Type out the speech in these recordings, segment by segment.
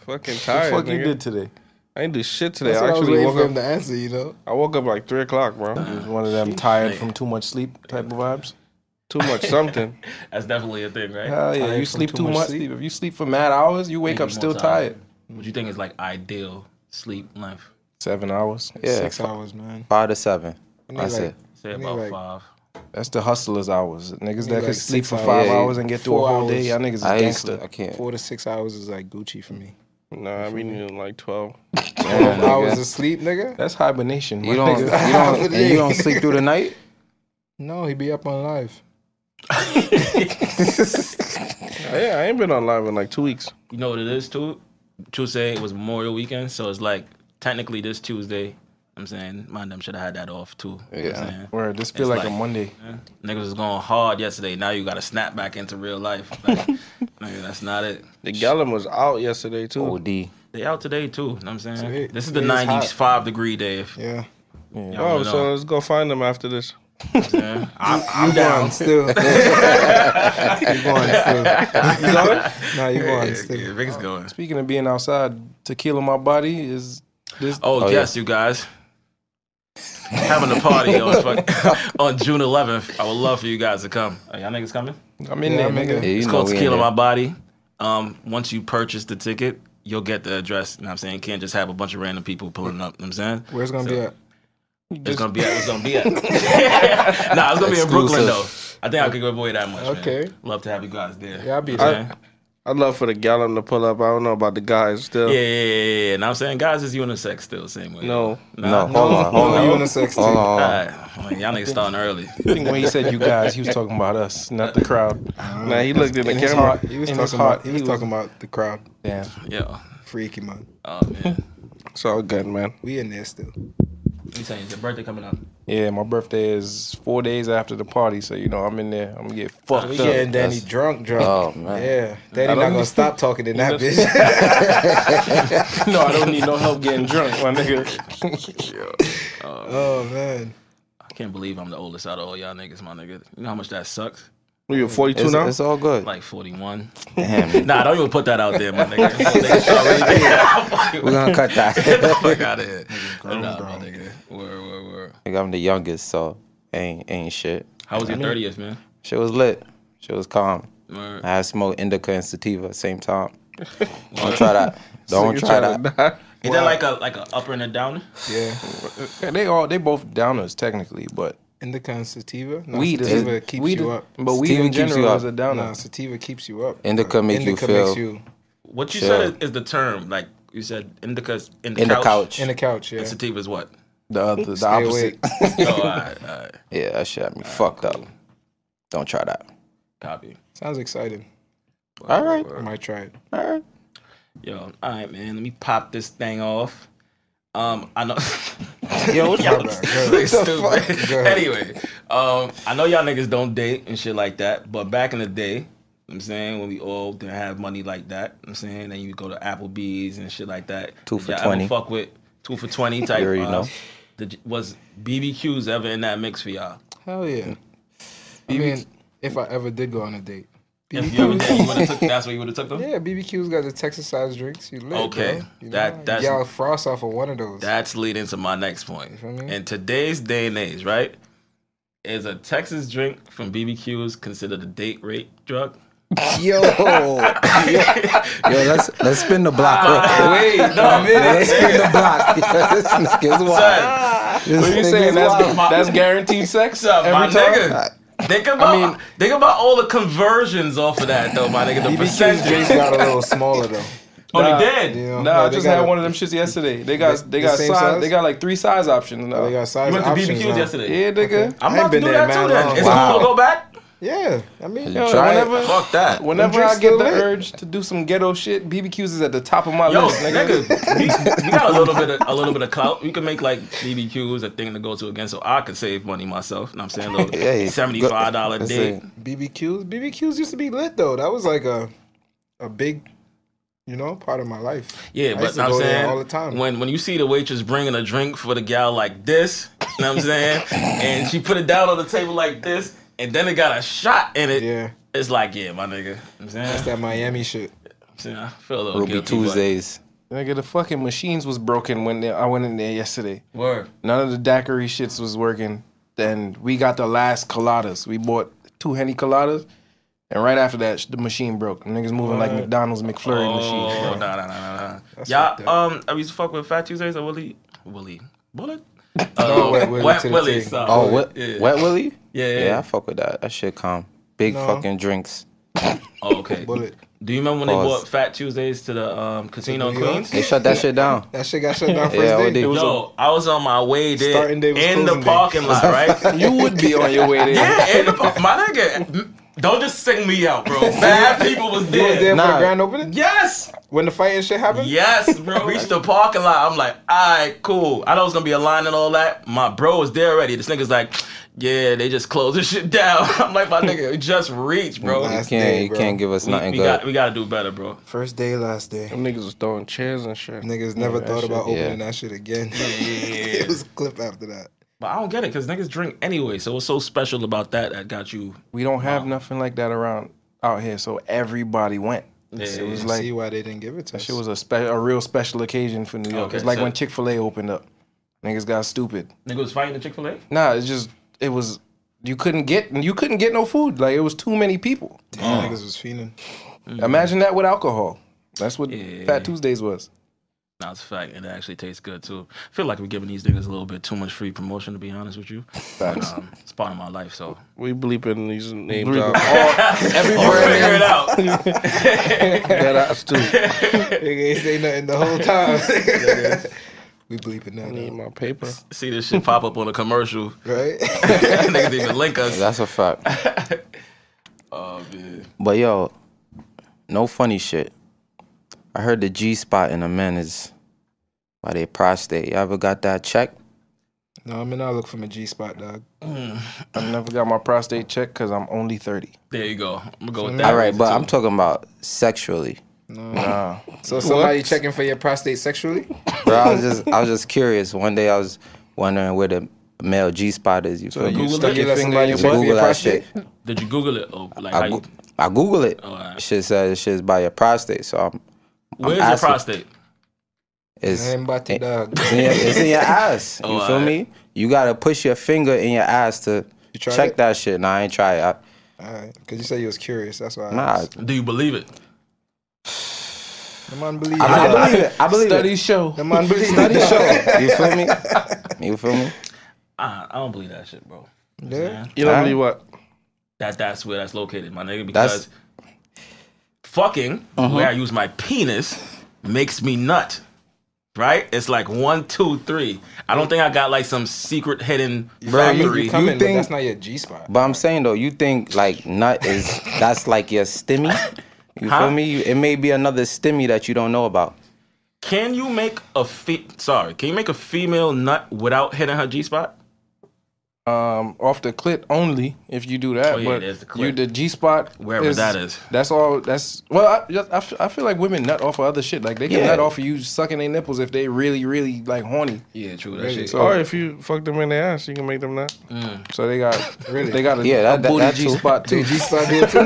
fucking What the tired. fuck nigga. you did today? I didn't do shit today. That's I what I was actually waiting for woke him up. to answer. You know, I woke up like three o'clock, bro. it was one of them tired from too much sleep type of vibes. Too much something. That's definitely a thing, right? Hell Oh, yeah, Tired you from sleep too, much. Sleep. If you sleep for mad hours, you wake Make you up still more tired. What you think is like ideal sleep length? Seven hours. Yeah, Six fi- hours, man. Five to seven. need That's like- it. Say I mean, about like- five. That's the hustlers hours. Niggas that like can sleep six for hours. five Yeah, hours and get through a four whole hours. day. Y'all niggas is I used gangster. to, I can't. Four to six hours is like Gucci for me. Nah, I be needing like twelve. Damn, Hours nigga. of sleep, nigga? That's hibernation. You my don't, you nigga. don't, and you don't sleep through the night. No, he be up on live. Yeah, I ain't been on live in like two weeks. You know what it is too? Tuesday was Memorial Weekend, so it's like technically this Tuesday. I'm saying, mind them should have had that off too. You know what I'm Yeah. saying? Word, this feel It's like, a like- Monday. Niggas was going hard yesterday. Now you got to snap back into real life. Like, nigga, that's not it. The Gallum was out yesterday too. Oh, Od. They out today too. You know what I'm saying? Today- this is the today is hot. 95 degree day. If Yeah. oh, y'all don't so know. let's go find them after this. Yeah. I'm, You I'm going down. still. you going still. You going? Nah, you going Yeah, still. Rick's going. Speaking of being outside, tequila my body is this. Oh, Oh, yes, you guys. Having a party on, fuck- on June 11th. I would love for you guys to come. Oh, Are y'all niggas coming? I'm in Yeah, there, I'm in nigga. Yeah, you It's know called we in Tequila there. My Body. Um, once you purchase the ticket, you'll get the address. You know what I'm saying? You can't just have a bunch of random people pulling up. You know what I'm saying? Where's it gonna be So- at? It's gonna be at. It's gonna be at. nah, it's gonna be in Brooklyn though. I think I could give away that much. man. Okay. Love to have you guys there. Yeah, I'll be You know what I'm there. saying? I'd love for the Gallum to pull up. I don't know about the guys still. Yeah, yeah, yeah, yeah. And I'm saying guys is unisex still, same way. No. No, Nah. hold on, oh, hold No, on, Oh, you hold in a on. sex Hold tape. on. Alright. Man, y'all niggas starting early. I think when he said you guys, he was talking about us, not the crowd. Nah, he looked in the In his camera. heart. He was In his talking heart, about he was he talking about the crowd. Damn. Yo. Freaky man. Oh man. It's all good, man. We in there still. You saying it's your birthday coming up. Yeah, my birthday is four days after the party, so you know I'm in there. I'm gonna get fucked We up. getting Danny drunk drunk. Oh, man. Yeah. Danny not gonna stop talking in that bitch. no, I don't need no help getting drunk, my nigga. oh man. I can't believe I'm the oldest out of all y'all niggas, my nigga. You know how much that sucks? You're 42 It's, now? it's all good. Like 41. Damn, Nah, don't even put that out there, my nigga. Niggas already did. we're gonna cut that. Get the fuck out of here. Nah, my grown. nigga. Word, word, word. Nigga, I'm the youngest, so ain't ain't shit. How was your 30th, man? Shit was lit. Shit was calm. Word. I had smoked indica and sativa at the same time. Don't try that. Don't Nigga try tryna that. die. Is that like a like a upper and a downer? Yeah. Yeah, they all they both downers technically, but Indica and sativa. No, weed is sativa keeps weed, you up. But weed Sativa in keeps you general up. is a No, downer. sativa keeps you up. Indica make you indica feel makes you What you Sure. said is, is the term. Like you said, indica's in the In the couch. couch. in the couch. Yeah. And sativa's what? The other, the Stay opposite. awake. oh, all right, all right. Yeah, that shit had me fucked up. Don't try that. Copy. Sounds exciting. All right. I might try it. All right. Yo, all right, man. Let me pop this thing off. Um, I know. Yo, what's Yo, up? this nigga's stupid. Anyway, um, I know y'all niggas don't date and shit like that, but back in the day, you know what I'm saying when we all didn't have money like that, you know what I'm saying then you go to Applebee's and shit like that. Two Did for y'all ever 20. Fuck with two for twenty type. already uh, know. did you- was BBQs ever in that mix for y'all? Hell yeah. I mean, if I ever did go on a date. If you ever BBQs? did, you would have took. That's where you would have took them. Yeah, BBQ's got the Texas size drinks. You lit, Okay, bro. You that- know? that's- y'all frost off of one of those. That's leading to my next point. feel me? In today's day and age, right? Is a Texas drink from BBQs considered a date rape drug? Yo. Yo, let's let's spin the block. Ah. Wait, no, let's spin the block. this nigga's wild. This What are you nigga's saying? That's, wild. that's guaranteed sex What's up, my every time. nigga? Think about mean- think about all the conversions off of that though, my nigga. The BBQ's drinks percentage. got a little smaller though. Oh, Nah. they did. Nah, Yeah. Yeah, I they just got had a- one of them shits yesterday. They got they the got same size, Oh, size? They got like three size options now. They got size You went to options BBQs now. yesterday. yeah, nigga. I'm I about ain't to been do there that too. in mad Then long. it's Wow. cool to go back. Yeah, I mean, You Yo, try it. whenever- Fuck that. Whenever drinks I get still the lit. urge to do some ghetto shit, BBQs is at the top of my Yo, list, nigga. nigga, we, we got a little bit of, a little bit of clout. We can make like BBQs a thing to go to again, so I could save money myself. You know what I'm saying a little Hey, seventy five dollar Let's date. see. BBQs. BBQs used to be lit though. That was like a, a big, you know, part of my life. Yeah, I but used to know what go I'm there saying all the time. when when you see the waitress bringing a drink for the gal like this, you know what I'm saying, and she put it down on the table like this, and then it got a shot in it. Yeah, It's like, yeah, my nigga. You know what I'm saying? that Miami shit. I'm saying I feel a little Ruby guilty, but- Tuesdays. Nigga, the fucking machines was broken when they, I went in there yesterday. Word. None of the daiquiri shits was working. Then we got the last coladas. We bought two henny coladas, and right after that, sh- the machine broke. Niggas moving like McDonald's McFlurry machines. Oh, bro. nah, nah, nah, nah, nah. Y'all, um, I used to fuck with Fat Tuesdays or Willie, Willie, Bullet. Uh, Wet Wet Willie Willie. to the Willie T. sorry. Oh, what? Yeah. Wet Willie? Yeah, yeah, yeah. yeah. I fuck with that. That shit come. Big No. fucking drinks. Oh, okay. Bullet. Do you remember when they Pause. bought Fat Tuesdays to the um, casino in New York? Queens? They shut that shit down. That shit got shut down first Yeah, day. OD. Yo, I was on my way there Starting day was in the closing day. parking lot, right? You would be on your way there. yeah, in the park. My nigga, don't just sing me out, bro. Bad people was You was there. there for the Nah. grand opening? Yes, When the fight and shit happened? yes, bro. Reached the parking lot. I'm like, all right, cool. I know it's gonna be a line and all that. My bro is there already. This nigga's like, yeah, they just closed this shit down. I'm like, my nigga, just reach, bro. You Last can't, day, you bro. can't give us We, nothing we good. got, we gotta do better, bro. First day, last day. Them niggas was throwing chairs and shit. Niggas never thought about shit, yeah. opening that shit again. it was a clip after that. But I don't get it because niggas drink anyway. So what's so special about that that got you? We don't have nothing like that around out here, so everybody went. It was I like see why they didn't give it to us. It was a spe- a real special occasion for New York. Okay, it's like so- when Chick Fil A opened up. Niggas got stupid. Nigga was fighting the Chick Fil A. Nah, it's just it was you couldn't get you couldn't get no food. Like it was too many people. Damn, niggas was fiending. Mm-hmm. Imagine that with alcohol. That's what Yeah. Fat Tuesdays was. Nah, it's a fact. and It actually tastes good too. I feel like we're giving these niggas a little bit too much free promotion, to be honest with you. Facts. Um, it's part of my life, so We bleeping these names Bleep out. Every I'll brand figure it out. That ass too. Nigga ain't say nothing the whole time. we bleeping I need that, my paper. See this shit pop up on a commercial. out, right? niggas even link us. That's a fact. Oh man. But yo, no funny shit. I heard the G spot in a man is by their prostate. You ever got that checked? No, I mean I look for my G spot, dog. I never got my prostate checked because I'm only 30. There you go. I'm gonna go with that. All right, but I'm talking about sexually. Nah. So somebody checking for your prostate sexually? Bro, I was just I was just curious. One day I was wondering where the male G spot is. You feel You me? Google stuck it. your Let finger in somebody your Just check butt. Google that for your prostate? shit. Did you Google it? Oh, like how I, you, go- I Google it. alright. Shit says shit's by your prostate. So I'm, where's your asking- prostate? it's Ain't about to, dog. It's in your, it's in your ass. You Oh, feel alright. me? You gotta push your finger in your ass to You tried check it? that shit. Nah, I ain't try it. I, All right, because you said you was curious. That's why. I nah, asked. Do you believe it? the man believe. I, I it. believe it. I believe Studies show. The man believe. it. it, dog. Sure. You feel me? You feel me? I, I don't believe that shit, bro. Yeah. You don't believe what? That that's where that's located, my nigga. Because That's- Uh-huh. fucking where I use my penis makes me nut. Right? It's like one, two, three. I don't think I got like some secret hidden factory. You coming, but think- that's not your G spot. But I'm saying though, you think like nut is that's like your stimmy? You Huh? feel me? You, it may be another stimmy that you don't know about. can you make a fe- sorry? Can you make a female nut without hitting her G spot? Um, off the clit only if you do that. Oh, yeah, but there's the clit. you the G spot Wherever that is. That's all. That's well. I, just- I, f- I feel like women nut off of other shit. Like they can Yeah. nut off of you sucking their nipples if they really, really like horny. Yeah, true. That shit. So, Or if you fuck them in the ass, you can make them that. so they got Really? they got a, Yeah, that- a that- booty that G too. spot too. Dude, G spot did too.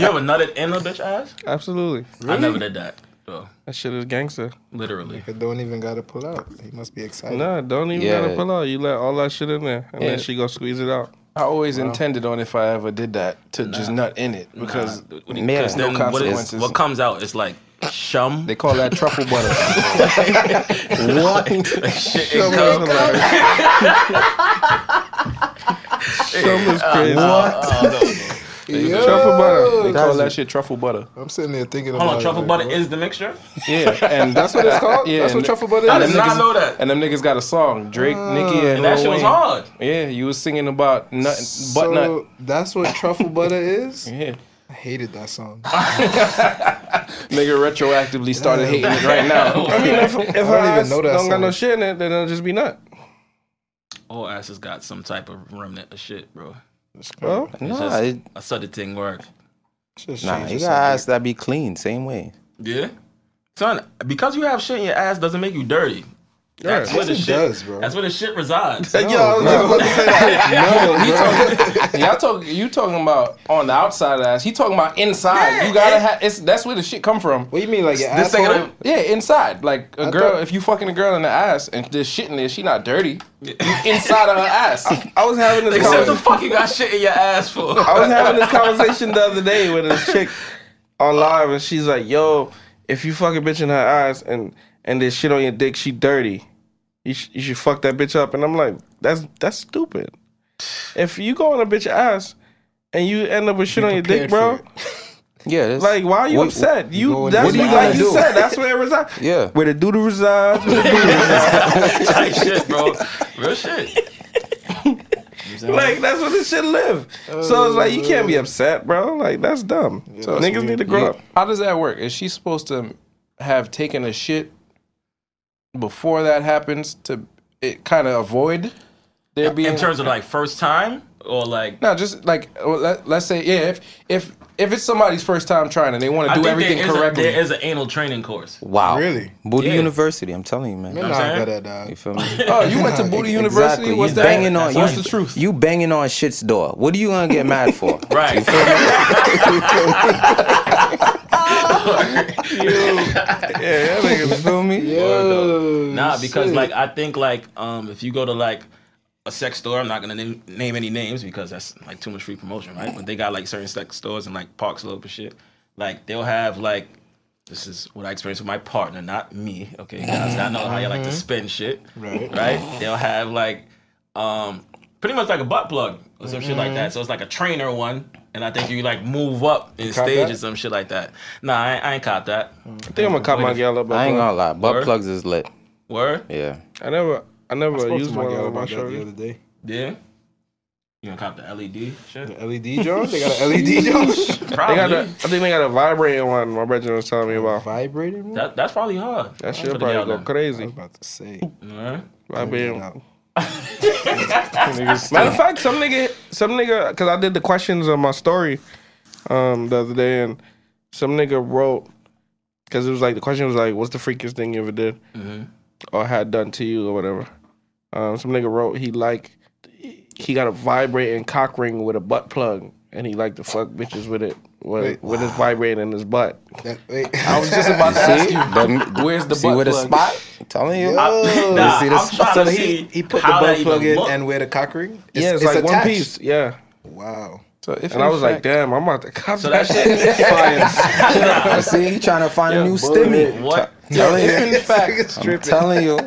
You ever nutted in a bitch ass? Absolutely. I never did that. So That shit is gangster. literally. It don't even gotta pull out. He must be excited. Nah, don't even Yeah. let her pull out. You let all that shit in there, and Yeah. then she go squeeze it out. I always intended on if I ever did that to just nut in it because Nah, what do you- Yeah. 'cause No then what, is, consequences. what comes out is like shum. they call that truffle butter. What? shit, it comes That was hilarious. That was crazy. Yo, Truffle butter. They call that shit truffle butter. I'm sitting there thinking Hold about on, it, truffle like, butter what? is the mixture? Yeah, and That's what it's called. Yeah, that's what and- truffle butter is. I did niggas- not know that. and them niggas got a song. Drake, Nicki, and And that Lil shit was Wayne. hard. Yeah, you was singing about nut, butt so nut. that's what truffle butter is. Yeah. I hated that song. Nigga retroactively started hating it right now. I mean, if, if her even ass know that don't got no song. shit in it, then it'll just be nut. All asses got some type of remnant of shit, bro. Well, Nah, it, I saw the thing work. Just nah, change you it got ass that be clean, same way. Yeah? Son, because you have shit in your ass doesn't make you dirty. That's where the Yes, it shit. does, bro. That's where the shit resides. Yo, I was just about to say that. Y'all talk, you talking about on the outside of the ass. He talking about inside. Yeah, you gotta it- have. It's that's where the shit come from. What do you mean, like your This thing asshole? Yeah, inside. Like a girl, thought- if you fucking a girl in the ass and there's shit in there, she not dirty. You inside of her ass. I was having this Except the conversation. fuck you got shit in your ass for. I was having this conversation the other day with this chick on live, and she's like, "Yo, if you fuck a bitch in her eyes and and there's shit on your dick, she dirty. You sh- you should fuck that bitch up." And I'm like, "That's that's stupid. If you go on a bitch ass and you end up with shit on your dick, prepared for bro, it. Yeah, that's, like why are you What- upset? You, go in that's there, what you like gotta you do. said, that's where it resides. Yeah. where the doodle resides. where the Type shit, bro. Real shit. Like that's where this shit live. so it's like you can't be upset, bro. Like that's dumb. so niggas need to grow up. How does that work? Is she supposed to have taken a shit before that happens to it kind of avoid there being In terms of like first time or like. No, just like well, let, let's say yeah, if if if it's somebody's first time trying and they want I to do think everything there is a- correctly, there is an anal training course. wow. Really? Booty Yeah. University, I'm telling you, man. You're I'm not saying? good at that. You feel me? oh, you went to Booty University. Exactly. What's you that? banging on What's you, the truth? You banging on shit's door. What are you gonna get mad for? Right. Yeah, that nigga You feel me? Oh, Nah, because like I think like um if you go to like a sex store, I'm not gonna name, name any names because that's like too much free promotion, right? But they got like certain sex stores and like Park Slope and shit. Like they'll have like this is what I experienced with my partner, not me. Okay, guys, I know how you like to Mm-hmm. spin shit, right? They'll have like um pretty much like a butt plug or some shit like Mm-hmm. that. So it's like a trainer one. And I think you like move up in stage that? or some shit like that. Nah, I, ain't- I ain't caught that. I think I'm gonna cop my gal up. I ain't gonna lie. Butt Word. plugs is lit. Word? Yeah. I never, I never spoke to used my one girl on my about that the shoulder. other day. Yeah. You gonna cop the E LED shit? The LED Jones? E They got E an LED Jones? They Probably. got a, I think they got a vibrating one. My brother was telling me about. Vibrating one? I that, that's probably hard. That For shit the probably y'all go now. was crazy. about to say. Alright. Vibrating. Out. Matter of fact, some nigga, some nigga, because I did the questions on my story um, the other day, and some nigga wrote because it was like the question was like, "What's the freakiest thing you ever did or had done to you or whatever?" Um, some nigga wrote he like he got a vibrating cock ring with a butt plug, and he liked to fuck bitches with it with, Wait. with his vibrating in his butt. That, wait. I was just about to ask See? you. The- Where's the see butt where the plug? spot? I'm telling you. Oh. I, nah, see I'm this? trying so to he, see he put the how that butt even Oh, plug in look. and wear the cock ring? yeah, it's, like one piece. Yeah, Wow. So if and I was like, "Damn, I'm about to cop So that that shit. I see you trying to find a new stimmy. Bullshit. what? Telling you. in fact, I'm telling you.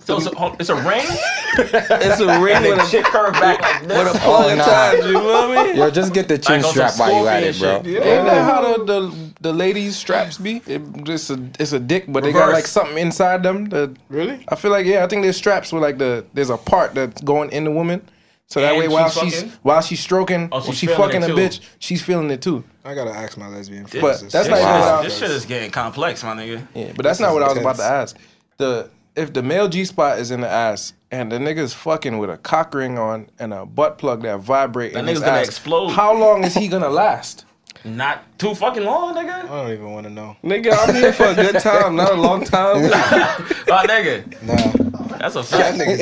So it's a, hold- it's a ring. It's a ring and with the a shit curved back like this. with a plug Oh, nah. attached. You feel me? Yo, just get the chin Like on some strap while you at it, bro. scorpion shit. ain't that how the, the the ladies straps be? It just a, it's a dick, but they got Reverse. like something inside them. That Really? I feel like yeah, I think there's straps with like the there's a part that's going in the woman. So that And way, while she's she's fucking? while she's stroking, Oh, or she's she's feeling fucking it a too. bitch, she's feeling it too. I gotta ask my lesbian friends. But this. that's not even This shit- what I- This shit is getting complex, my nigga. Yeah, but that's not what I was about intense. to ask. The if the male G spot is in the ass and the nigga's fucking with a cock ring on and a butt plug that vibrate, that in nigga's his gonna ass, explode. How long is he gonna last? Not too fucking long, nigga. I don't even want to know. Nigga, I'm here for a good time, not a long time. My Oh, nigga, Nah. that's a fact. My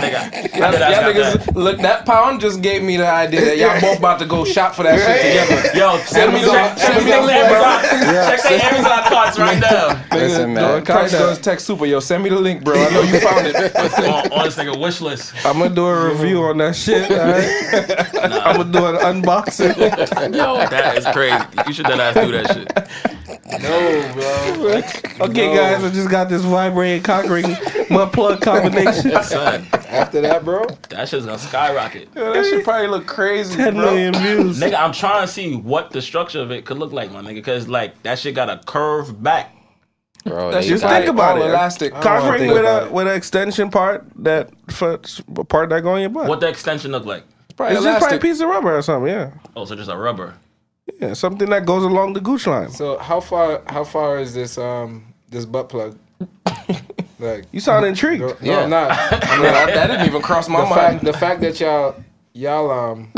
nigga, y'all y'all niggas, look, that pound just gave me the idea that y'all both about to go shop for that shit together. Yo, send me Amazon- check, check me the Amazon- Amazon, check the Amazon carts right now. Listen, man. Dog, Price Guns text Super, yo, send me the link, bro. I know you found it. on, on this nigga wish list. I'm gonna do a review on that shit. I'm gonna do an unboxing. Yo, that is crazy. You should let us do that shit. No, bro. Okay, guys, I just got this vibrating cock ring, butt plug combination. Son, After that, bro, that shit's gonna skyrocket. that should probably look crazy, 10 bro. million views. Nigga, I'm trying to see what the structure of it could look like, my nigga, cause like that shit got a curve back. Bro, That they shit's Just got think like about all it. elastic. don't Cock wanna ring think with about a it. with an extension part that for, part that go in your butt. What the extension look like? probably It's just probably a elastic. piece of rubber or something. Yeah, Oh, so just a rubber. yeah, something that goes along the gooch line. so how far how far is this um this butt plug? like, You sound intrigued. no, Yeah. I'm not. I mean, I- that didn't even cross my The mind. fact the fact that y'all y'all um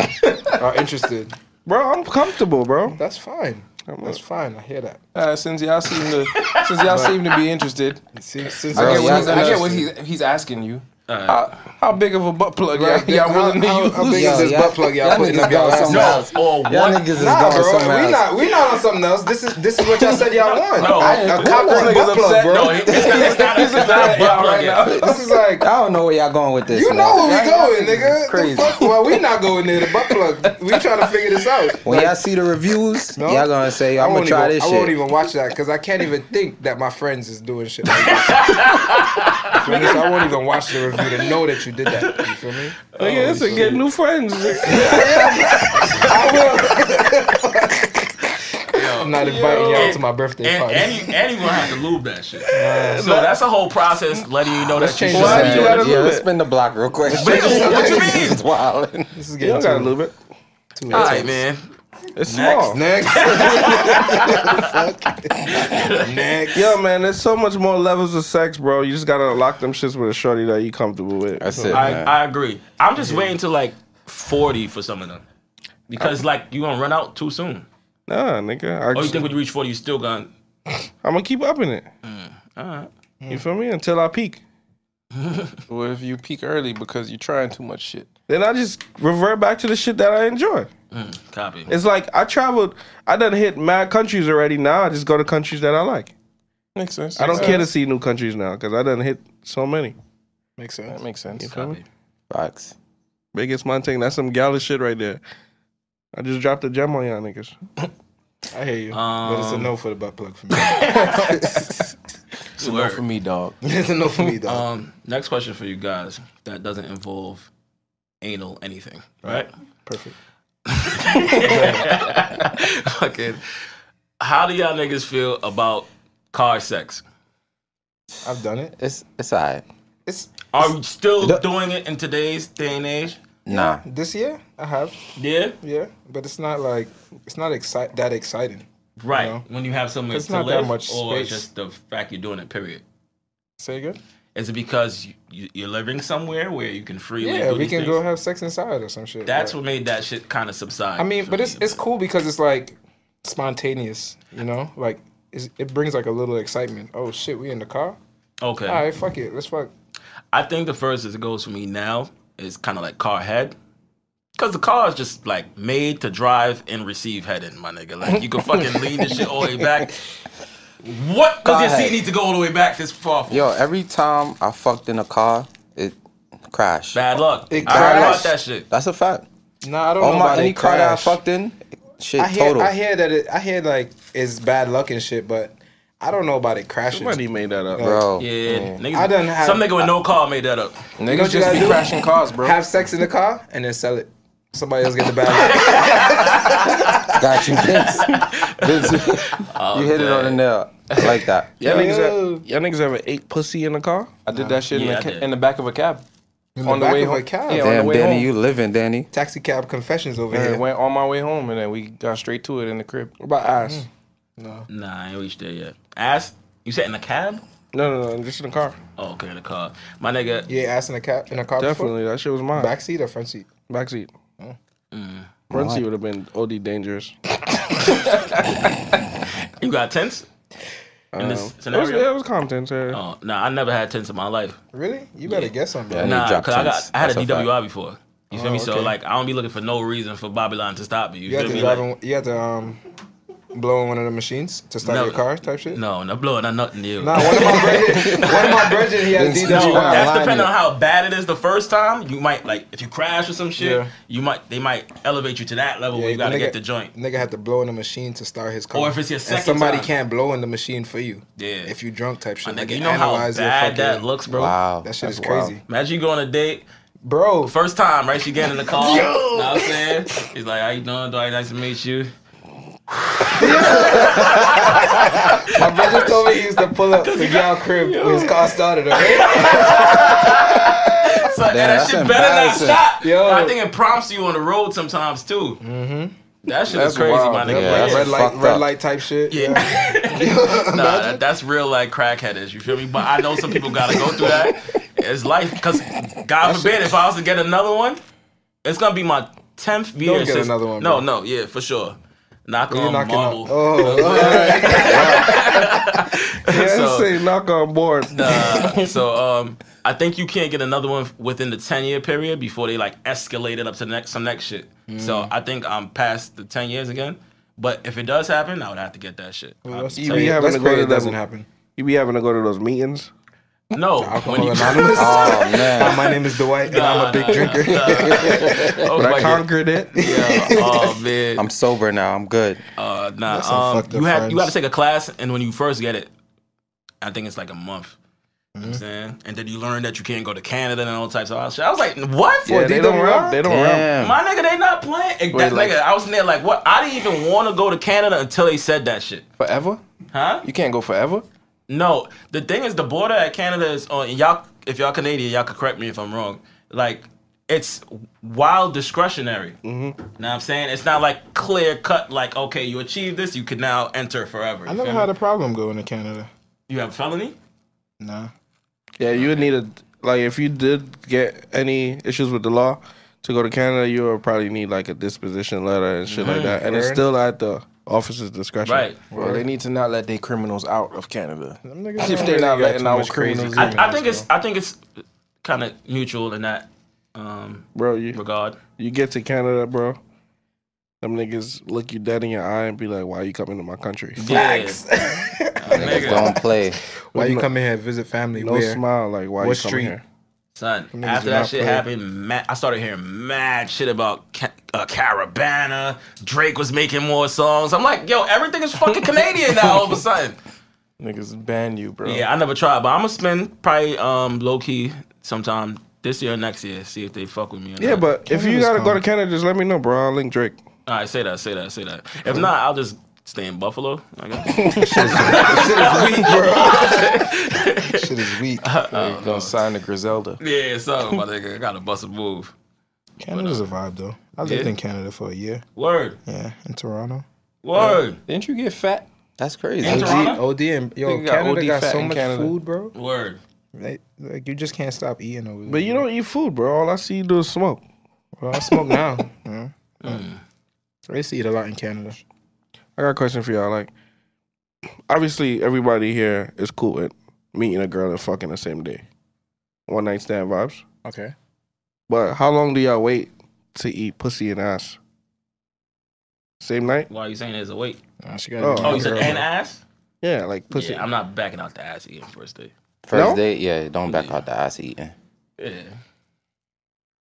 are interested, Bro, I'm comfortable, bro. that's fine. That's fine. I hear that. Uh, since y'all seem to since y'all seem to be interested, See, since I Bro, get y'all what he's, I gotta- get what he's, he's asking you. How, how big of a butt plug y'all, Yeah, y'all willing to how- use? how big is this y'all- butt plug y'all y'all putting niggas up y'all got ass? some- No, or Y'all one. niggas is Nah, going bro, somewhere we else. not we not on something else. This is this is what y'all said y'all want. No, I, a this cock ring nigga's butt plug, upset. bro. No, it's it's not, it's not a butt plug yet. This is like I don't know where y'all going with this. you man. know where we Y'all- going, y'all niggas nigga. is Crazy. The fuck? Well, we not going there. The butt plug. We trying to figure this out. When y'all see the reviews, No. y'all gonna say, I I'm gonna won't try even, this I shit. won't even watch that because I can't even think that my friends is doing shit like this. You feel me? So I won't even watch the review to know that you did that. You feel me? Nigga, it's a get new friends. I'm not inviting y'all to my birthday And, party. and, you, and you gonna have to lube that shit. so that's a whole process letting you know that you change should. the Why subject. you gotta yeah, lube let's it? spin the block real quick. Nigga, what you mean? It's wild. this is You getting don't gotta too, lube it. too All intense. right, man. It's small. Next. Next. Yo, man, there's so much more levels of sex, bro. You just gotta lock them shits with a shorty that you comfortable with. That's it. I, man. I agree. I'm just waiting till like 40 for some of them. Because like you gonna run out too soon. Nah, nigga. I, Or Oh, you think when you reach 40, you still gonna I'm gonna keep upping it. Mm, all right. You feel me? Until I peak. What if you peak early because you're trying too much shit? Then I just revert back to the shit that I enjoy. Mm, copy. It's like I traveled. I done hit mad countries already. Now I just go to countries that I like. Makes sense. I don't Makes care to sense. see new countries now because I done hit so many. Makes sense. That makes sense. Copy. Facts. Biggest mountain. That's some gala shit right there. I just dropped a gem on y'all niggas. I hear you. Um, but it's a no for the butt plug for me. It's enough for me, dog. it's a no for me, though. Um, next question for you guys that doesn't involve anal anything, right? Perfect. Fucking. How do y'all niggas feel about car sex? I've done it. It's it's alright. It's Are we still doing it in today's day and age? Nah. this year. I have. Yeah, Yeah, but it's not like it's not exci- that exciting. right. No. When you have somewhere It's to not that live, much or space. just the fact you're doing it. Period. Say again. Is it because you- you, you're living somewhere where you can freely? Yeah, do we these can things? go have sex inside or some shit. That's but- what made that shit kind of subside. I mean, for but it's me. it's cool because it's like spontaneous, you know? Like it's, it brings like a little excitement. Oh shit, we in the car? okay. All right, fuck it, let's fuck. I think the first is it goes for me now is kind of like car head. Cause the car is just like made to drive and receive head in, my nigga. Like you can fucking lean this shit all the way back. What does Car your seat head. need to go all the way back this far for? Yo, every time I fucked in a car, it crashed. Bad luck. It I heard about crashed. that shit. That's a fact. Nah, I don't Oh know my, about any it car that I crash. fucked in, shit I hear total. I hear that it, I hear like it's bad luck and shit, but I don't know about it crashing. Somebody made that up. Bro, Yeah, niggas. I done had- some nigga with no car made that up. Niggas what you just gotta be do? crashing cars, bro. Have sex in the car and then sell it. Somebody else get the bad luck. got you, Vince. Vince, Oh, you hit it on the nail. I like that. Y'all niggas, have, y'all niggas ever ate pussy in the car? I did that shit Yeah, I in, the, ca- did. in the back of a cab. In On the back way of home. a cab. Yeah, on the Damn, way Danny, home. you living, Danny. Taxi cab confessions over And here. it went on my way home, and then we got straight to it in the crib. What about ass? Nah, I ain't reached there yet. Ass, you said in the cab? No, no, no, just in the car. Oh, okay, in the car. My nigga, Yeah, ass in a cab in a car Definitely, that shit was mine. before? Backseat or front seat? Backseat. Mm. Mm. Front seat would have been OD dangerous. you got tense in It this was, yeah, scenario? it was Compton, sir. Oh, nah, I never had tense in my life. Really? You better get some, bro. Yeah. Nah, drop cause I got tents. I had a That's a DWI before. You feel me? So like I don't be looking for no reason for Babylon to stop me. You, You had feel to me? drive. Like, in- you had to um, blow in one of the machines to start No. your car, type shit. no, no blowing, not nothing new. Nah, one of my brethren, one of my brethren, he had a Then DWI. you No, gotta that's line depending it. on how bad it is the first time. You might like if you crash or some shit, Yeah. you might they might elevate you to that level where you gotta nigga- get the joint. Nigga had to blow in the machine to start his car. Or if it's your second and somebody time. can't blow in the machine for you. Yeah. If you drunk type shit, My Like, nigga, you it know how analyze your bad fucking- that looks, bro. Wow. That shit is that's wild. crazy, Imagine you go on a date, bro. first time, right? She get in the car. Know what I'm saying? He's like, how you doing? Dwight, nice to meet you. My brother told me he used to pull up to y'all crib when his car started. Alright? It's like, and Damn, that that's shit better not embarrassing. stop. Yo. I think it prompts you on the road sometimes too. Mm-hmm. That shit is That's crazy, wild. my nigga. Yeah, Like, that's red light, fucked red up. light type shit. Yeah. nah, that, that's real like crackheaders. You feel me? But I know some people gotta go through that. It's life, because God forbid, if I was to get another one, it's gonna be my tenth year. get since- another one, No, bro. no, yeah, for sure. knock You're on knocking marble. on. Oh, all right. Yeah, So- say knock on board. Nah, so um, I think you can't get another one within the ten year period before they like escalate it up to the next some next shit. So I think I'm past the ten years again. But if it does happen, I would have to get that shit. Wow. Let's You pray- be having let's to go pray to it doesn't them. happen. You be having to go to those meetings. No, when Alcohol you, Anonymous. Oh Hi, man, my name is Dwight, and I'm Nah, a big nah, drinker. oh, But I my God. conquered it. Yeah, oh man, I'm sober now. I'm good. Uh, nah, some um, fucked up you had friends. you had to take a class, and when you first get it, I think it's like a month. You Mm-hmm. know what I'm saying, and then you learn that you can't go to Canada and all types of other shit. I was like, what? Yeah, they don't DWI? rap. They don't rap. Damn. My nigga, they not playing. And that like- nigga, I was in there like, what? I didn't even want to go to Canada until they said that shit, Forever? huh? You can't go forever. No, the thing is, the border at Canada is on. And y'all, if y'all Canadian, y'all could correct me if I'm wrong. Like, it's wild discretionary. Mm-hmm. Know what I'm saying? It's not like clear cut. Like, okay, you achieved this, you can now enter forever. I never had a problem going to Canada. You have felony? Nah. Yeah, you would need a like if you did get any issues with the law to go to Canada, you would probably need like a disposition letter and shit like that. And it's word. still at the officer's discretion. Mm-hmm. Right. Well, they need to not let their criminals out of Canada. don't if they're not really got letting too our much crazy criminals criminals. in. I, I think it's I think it's kind of mutual in that um, Bro, you regard. you get to Canada, bro. Them niggas look you dead in your eye and be like, "Why you coming to my country?" Facts. Niggas don't play. Why you coming here? Visit family. No Where? smile, like why What you coming street? here? Son, niggas after do that not shit play. happened, mad, I started hearing mad shit about Ca- uh, Caravana. Drake was making more songs. I'm like, yo, everything is fucking Canadian now all of a sudden. Niggas ban you, bro. Yeah, I never tried, but I'm gonna spend probably um, low key sometime this year or next year, see if they fuck with me. Or Yeah, not. but if you Canada's gotta go calm. to Canada, just let me know, bro. I'll link Drake. all right, say that, say that, say that. If not, I'll just stay in Buffalo. I guess. Shit is weak, bro. Shit is weak. They're gonna sign to Griselda. yeah, so my nigga, I gotta bust a move. Canada's a vibe though. I lived Yeah. in Canada for a year. Word, Yeah, in Toronto. word, Didn't you get fat? That's crazy. In Toronto? OD, OD and yo, Nigga got Canada OD got fat so in much Canada. food, bro. word. They, like you just can't stop eating over there. But you don't eat food, bro. All I see you do is smoke. well, I smoke now. Yeah. I used to eat a lot in Canada. I got a question for y'all. Like, obviously, everybody here is cool with meeting a girl and fucking the same day. One night stand vibes. Okay. But how long do y'all wait to eat pussy and ass? Same night? Why are you saying there's a weight? Nah, she got Oh. Oh, Oh, you said and ass? Yeah, like pussy. Yeah, I'm not backing out the ass again first day. First No? date, yeah, don't back out the ass eating. Yeah.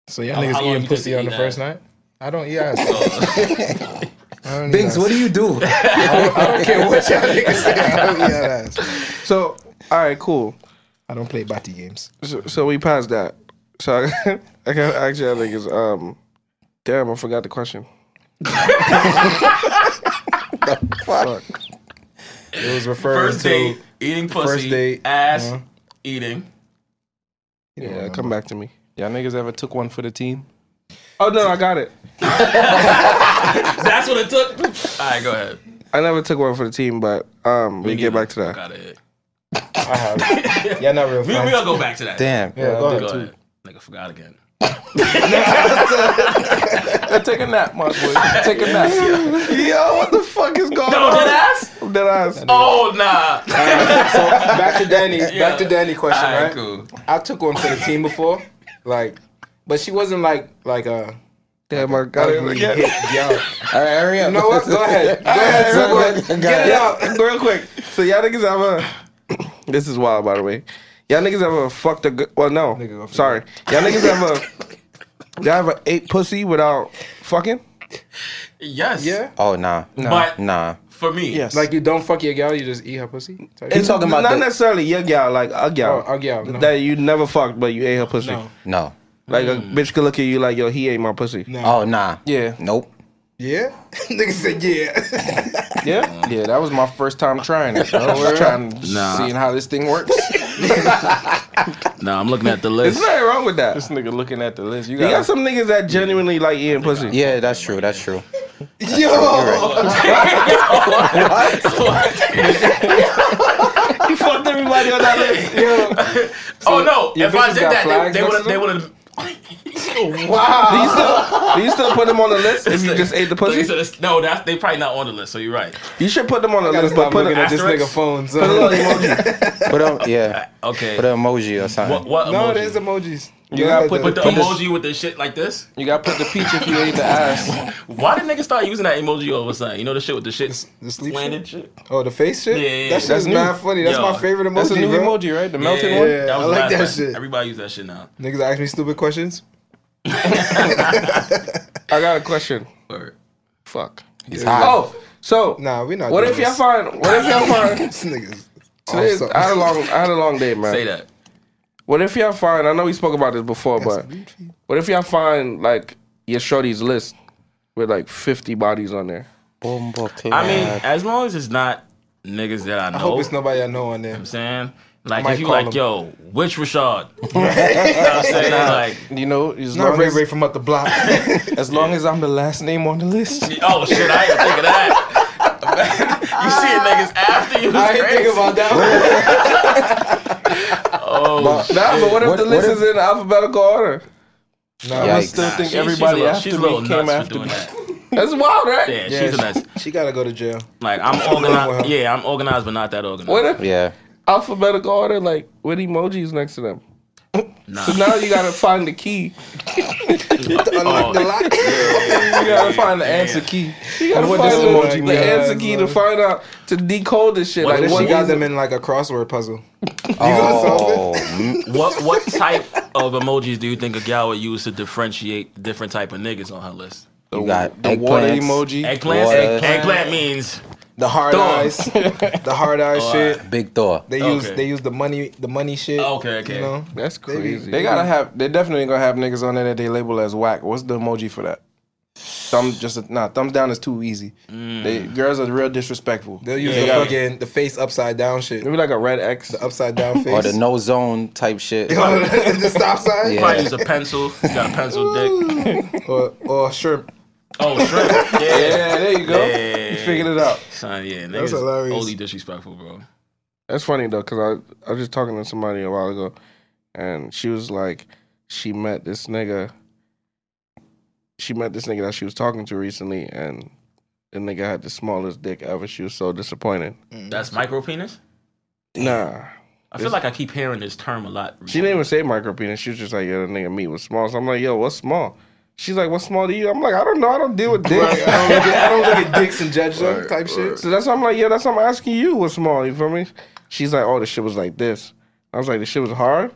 So y'all How- how niggas long you eating take pussy to on eat the first night? I don't eat ass. I don't eat Biggs, ass. what do you do? I don't, I don't care what y'all niggas say. I don't eat ass. So, all right, cool. I don't play bati games. So, so we passed that. So I, I got actually I think it's um, damn, I forgot the question. It was referred First to. date, eating pussy, first date, ass, eating. Yeah, come back to me. Y'all niggas ever took one for the team? Oh no, I got it. That's what it took. All right, go ahead. I never took one for the team, but um, we, get back to that. Got it. I have. Y'all not real We we friends. gonna go back to that. Damn. Yeah, go Go ahead. ahead. Nigga forgot again. take a nap, my boy. Take a nap. Yo, what the fuck is going Oh, on? that ass? Dead ass. Oh nah. So back to Danny. Back to Danny question, All right, right? cool. I took one for the team before, like, but she wasn't like like uh, a Damn, I got it ugly again. hit girl. All right, hurry up. You know what? Go ahead. Go ahead. Took one. Get it out. Real quick. So y'all niggas have a. this is wild, by the way. Y'all niggas have a fucked a. gu- Well, no. go for Sorry. Y'all niggas have a. Y'all have a eight pussy without fucking. Yes. Yeah. Oh nah, But nah. for me, Yes. Like you don't fuck your gal, you just eat her pussy. Type He's talking about not the- necessarily your gal, like a gal. Oh, a gal, no. That you never fucked, but you ate her pussy. No. No. Like a bitch could look at you like, yo, he ate my pussy. Oh nah. Yeah. Nope. Yeah. Nigga said yeah. Yeah. Yeah, that was my first time trying it. I was trying, Nah. seeing how this thing works. Nah, I'm looking at the There's list. nothing wrong with that. this nigga looking at the list. You You got, got some niggas that genuinely like eating pussy. Yeah, that's true. That's true. Yo. You fucked everybody on that list. Yo. oh no! your If I bitches did got that, flags they next would to they them? would have. Do you still do you still put them on the list if you just ate the So you pussy? said it's- no, that's they probably not on the list. So you're right. You should put them on the Gotta list, but stop put looking an at this asterisk. nigga phones. Put a little emoji. Put a, yeah, Uh, Okay. put an emoji or what something. what No, emoji? there's emojis. You gotta put Put the the, emoji with the shit like this. you gotta put the peach if you ate the ass. Why did niggas start using that emoji all of a sudden? You know the shit with the shit The sleep shit? slanted shit. Oh, the face shit? Yeah, yeah, yeah. That shit That's is new. mad funny. That's Yo, my favorite emoji, That's a new bro. emoji, right? The melted Yeah, one. Yeah, that was I like last that time. shit. Everybody use that shit now. Niggas ask me stupid questions. I got a question. Word. Fuck. hot. Oh, so Nah, we not what doing if y'all this. find? What if y'all find? This nigga's Today, awesome. I had a long, I had a long day, man. Say that. What if y'all find? I know we spoke about this before, but what if y'all find like your shorty's list with like fifty bodies on there? Bombo I mean, clap. as long as it's not niggas that I know. I hope it's nobody I know on there. I'm saying? Like might if you call like, him. yo, which Rashad? you know what I'm saying? Like You know, as Not long Ray as, Ray from up the block. as long as I'm the last name on the list. oh shit, I ain't think of that. you see niggas after you was I ain't crazy. think about that. oh, Nah, but what if What- the list what is in alphabetical order? Nah, Yeah. I Yikes. still nah, think she- everybody she's a, after she's a me little came nuts for after doing me. that. That's wild, right? Yeah, Yeah, she's a she- nuts. she gotta go to jail. Like I'm organized. Yeah, I'm organized, but not that organized. What if yeah, alphabetical order like with emojis next to them? Nah. So now you gotta find the key. Oh, Unlock the lock. You gotta find the answer key. You gotta And what find does the, emoji the mean? answer key to find out to decode this shit. What like if Then what she got is it? them in like a crossword puzzle. oh, mm, What what type of emojis do you think a gal would use to differentiate different type of niggas on her list? you got The water eggplants. emoji. Eggplants. Water. Eggplant, Eggplant means The hard Thumb. eyes. The hard eyes shit. Big Thor. They Oh, Okay. Oh, use they use the money the money shit. okay. Okay. You know? That's crazy. They gotta have. They definitely gonna have niggas on there that they label as whack. What's the emoji for that? Thumb just nah. Thumbs down is too easy. They girls are real disrespectful. They'll use Yeah, the yeah. fucking the face upside down shit. Maybe like a red X. Upside down face. Or the no zone type shit. the stop sign. Yeah. Probably use a pencil. You got a pencil dick. Or or shrimp. Oh, shrimp. Yeah, Yeah. there you go. Yeah. You figured it out. Son, yeah, That's niggas hilarious. only disrespectful, bro. That's funny though, cause I I was just talking to somebody a while ago, and she was like, she met this nigga. She met this nigga that she was talking to recently, and the nigga had the smallest dick ever. She was so disappointed. That's micro penis. Nah, I feel like I keep hearing this term a lot. she didn't even say micro penis. She was just like, yo, the nigga meat was small. So I'm like, yo, what's small? She's like, what's small to you? I'm like, I don't know. I don't deal with dick. I don't look at, I don't look at dicks and judge them type shit. So that's why I'm like, yeah, that's why I'm asking you what's small. You feel me? She's like, oh, the shit was like this. I was like, the shit was hard,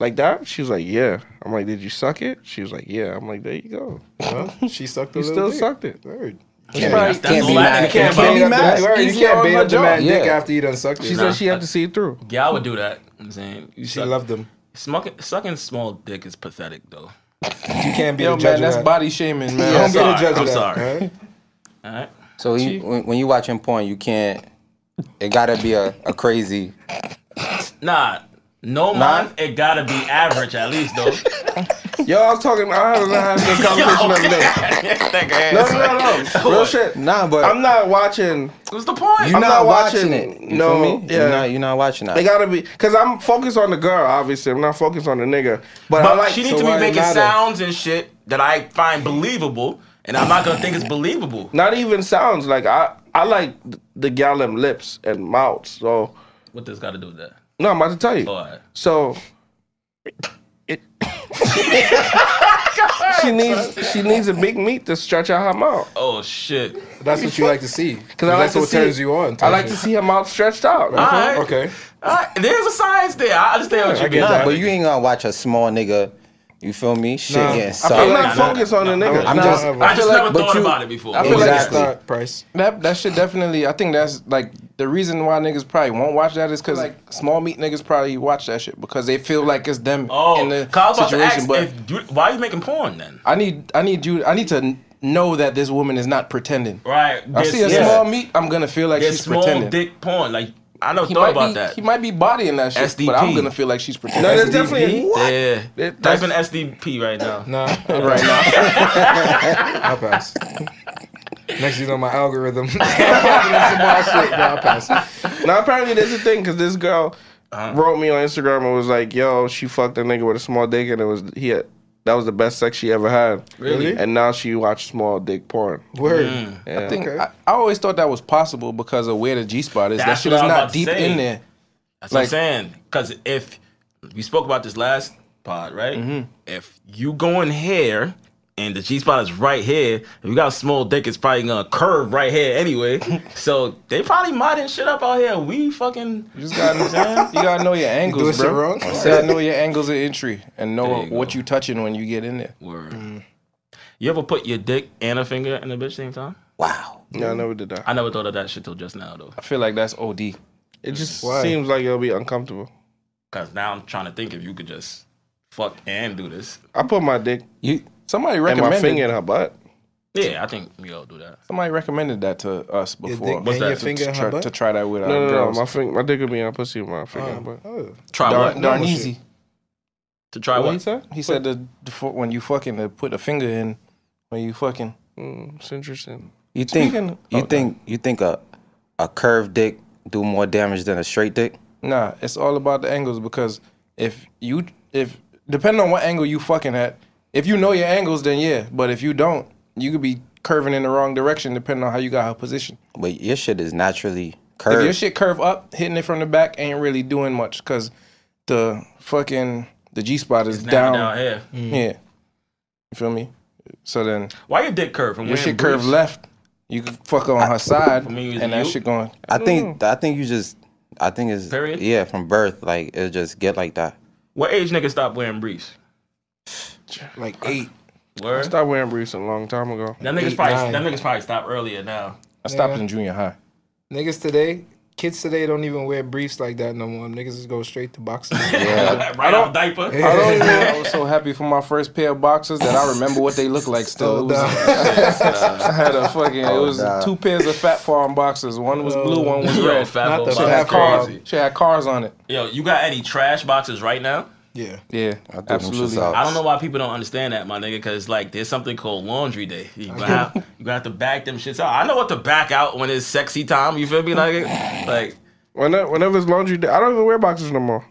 like that. She was like, yeah. I'm like, did you suck it? She was like, yeah. I'm like, there you go. Huh? She sucked the You still little dick. sucked it. Word. That's, that's can't all be I mad. care Can't be about. You mad. can't- word, you Easy on can't bait my up the man jaw. dick Yeah. after you done sucked it. She She, said she had to see it through. Yeah, I would do that. I'm saying you suck- loved him. smoking, sucking small dick is pathetic, though. You can't be Yo, the judge man, that's of that. body shaming, You man. don't Yeah. be the I'm sorry. judge of that. I'm sorry. alright? All right. So you, when, when you watching porn, you can't. It gotta be a, a crazy. Nah, no man, it gotta be average at least, though. Yo, I was talking. I had, I had this conversation the other day. No, no, no, no. Real shit. Nah, but I'm not watching. What's the point? you're I'm not, not watching, watching it. it. You No, feel me? yeah. You're not, you're not watching They that. gotta be, cause I'm focused on the girl. Obviously, I'm not focused on the nigga. But, I But like. she so needs to why be it making matter? sounds and shit that I find believable, and I'm not gonna think it's believable. Not even sounds like I. I like the gallum lips and mouths. So What this got to do with that? no, I'm about to tell you. All right. So it she needs she needs a big meat to stretch out her mouth. Oh shit. That's what you like to see. Because I like that's to what see- turns you on. I like to see her mouth stretched out. All right. Okay. All right. There's a science there. I understand what you mean. get that. Nah, but you ain't gonna watch a small nigga. You feel me? Shit Nah, I I'm getting feel sucked. not nah, focused on the nigga. I'm Nah, just. feel I just never like- thought but you- about it before. I feel like Exactly. Exactly. Start price. That that shit definitely. I think that's like the reason why niggas probably won't watch that is because small meat niggas probably watch that shit because they feel like it's them oh, in the 'cause I was about to situation. ask, But if you, why are you making porn then? I need I need you I need to n- know that this woman is not pretending. Right. I see a small meat, I'm gonna feel like There's she's small pretending. dick porn. Like I never He thought might about be that. he might be bodying that shit, but SDP. I'm gonna feel like she's pretending. there's definitely Yeah. That- Type in SDP right now. Nah, right now. I'll pass. Next, you know my algorithm. Some more shit, bro. I'll pass. Now apparently there's a thing because this Uh-huh. girl wrote me on Instagram and was like, "Yo, she fucked a nigga with a small dick and it was he had That was the best sex she ever had. Really? And now she watched small dick porn. Word. Yeah. I think Okay. I, I always thought that was possible because of where the G spot is. That's that shit what is I was about not to deep say. in there. That's what I'm Like- saying. Because if we spoke about this last pod, right? Mm-hmm. If you go in here and the G spot is right here, if you got a small dick, it's probably gonna curve right here anyway. so they probably modding shit up out here. We fucking. You just gotta, you gotta know your angles, doing shit bro. wrong? You gotta know your angles of entry and know There you what you touching when you get in there. Word. Mm. You ever put your dick and a finger in a bitch same time? Wow. No, Mm. I never did that. I never thought of that shit till just now though. I feel like that's OD. It just Why? seems like it'll be uncomfortable. Cause now I'm trying to think if you could just fuck and do this. I put my dick You Somebody and my finger recommended. in her butt. Yeah, I think we all do that. Somebody recommended that to us before dick What's and your that? finger in try, her to butt. try that with our No, no, no. girls. My finger, my dick would be in her pussy with my finger in her butt. Oh. Try Dar- what? Darn shit. easy. to try What what? he said? He said the, the fu- when you fucking to put a finger in when you fucking. Mm, it's interesting. you think Speaking- you oh, think you think a a curved dick do more damage than a straight dick? Nah, it's all about the angles because if you if depending on what angle you fucking at, if you know your angles, then yeah. But if you don't, you could be curving in the wrong direction depending on how you got her position. But your shit is naturally If curved. your shit curve up, hitting it from the back ain't really doing much because the fucking the G spot is Down, down. down here. Yeah, you feel me? So then Why your dick curve? From your when shit breach? curve left. You can fuck on her side, me, it's and that you. shit going. I think I think you just I think it's Mm-hmm. Period? yeah from birth like it just get like that. What age nigga stop wearing briefs? Like eight. Word. Stopped wearing briefs a long time ago. That niggas Eight, probably nine. that niggas probably stopped earlier now. I stopped in junior high. Niggas today, kids today don't even wear briefs like that no more. Niggas just go straight to boxing. right off diaper. I don't even- I was so happy for my first pair of boxers that I remember what they look like Oh, still. It was, I had a fucking. Oh, It was two pairs of Fat Farm boxers. One was blue, one was Yo, red. fat boy the box She Fat had is cars. crazy. She had cars on it. Yo, you got any trash boxes right now? yeah. Yeah, them absolutely. shits out. I don't know why people don't understand that, my nigga, because like there's something called laundry day. You gonna have, you gonna have to back them shits out. I know what to back out when it's sexy time. You feel me, nigga? Like, Whenever, whenever it's laundry day, I don't even wear boxers no more.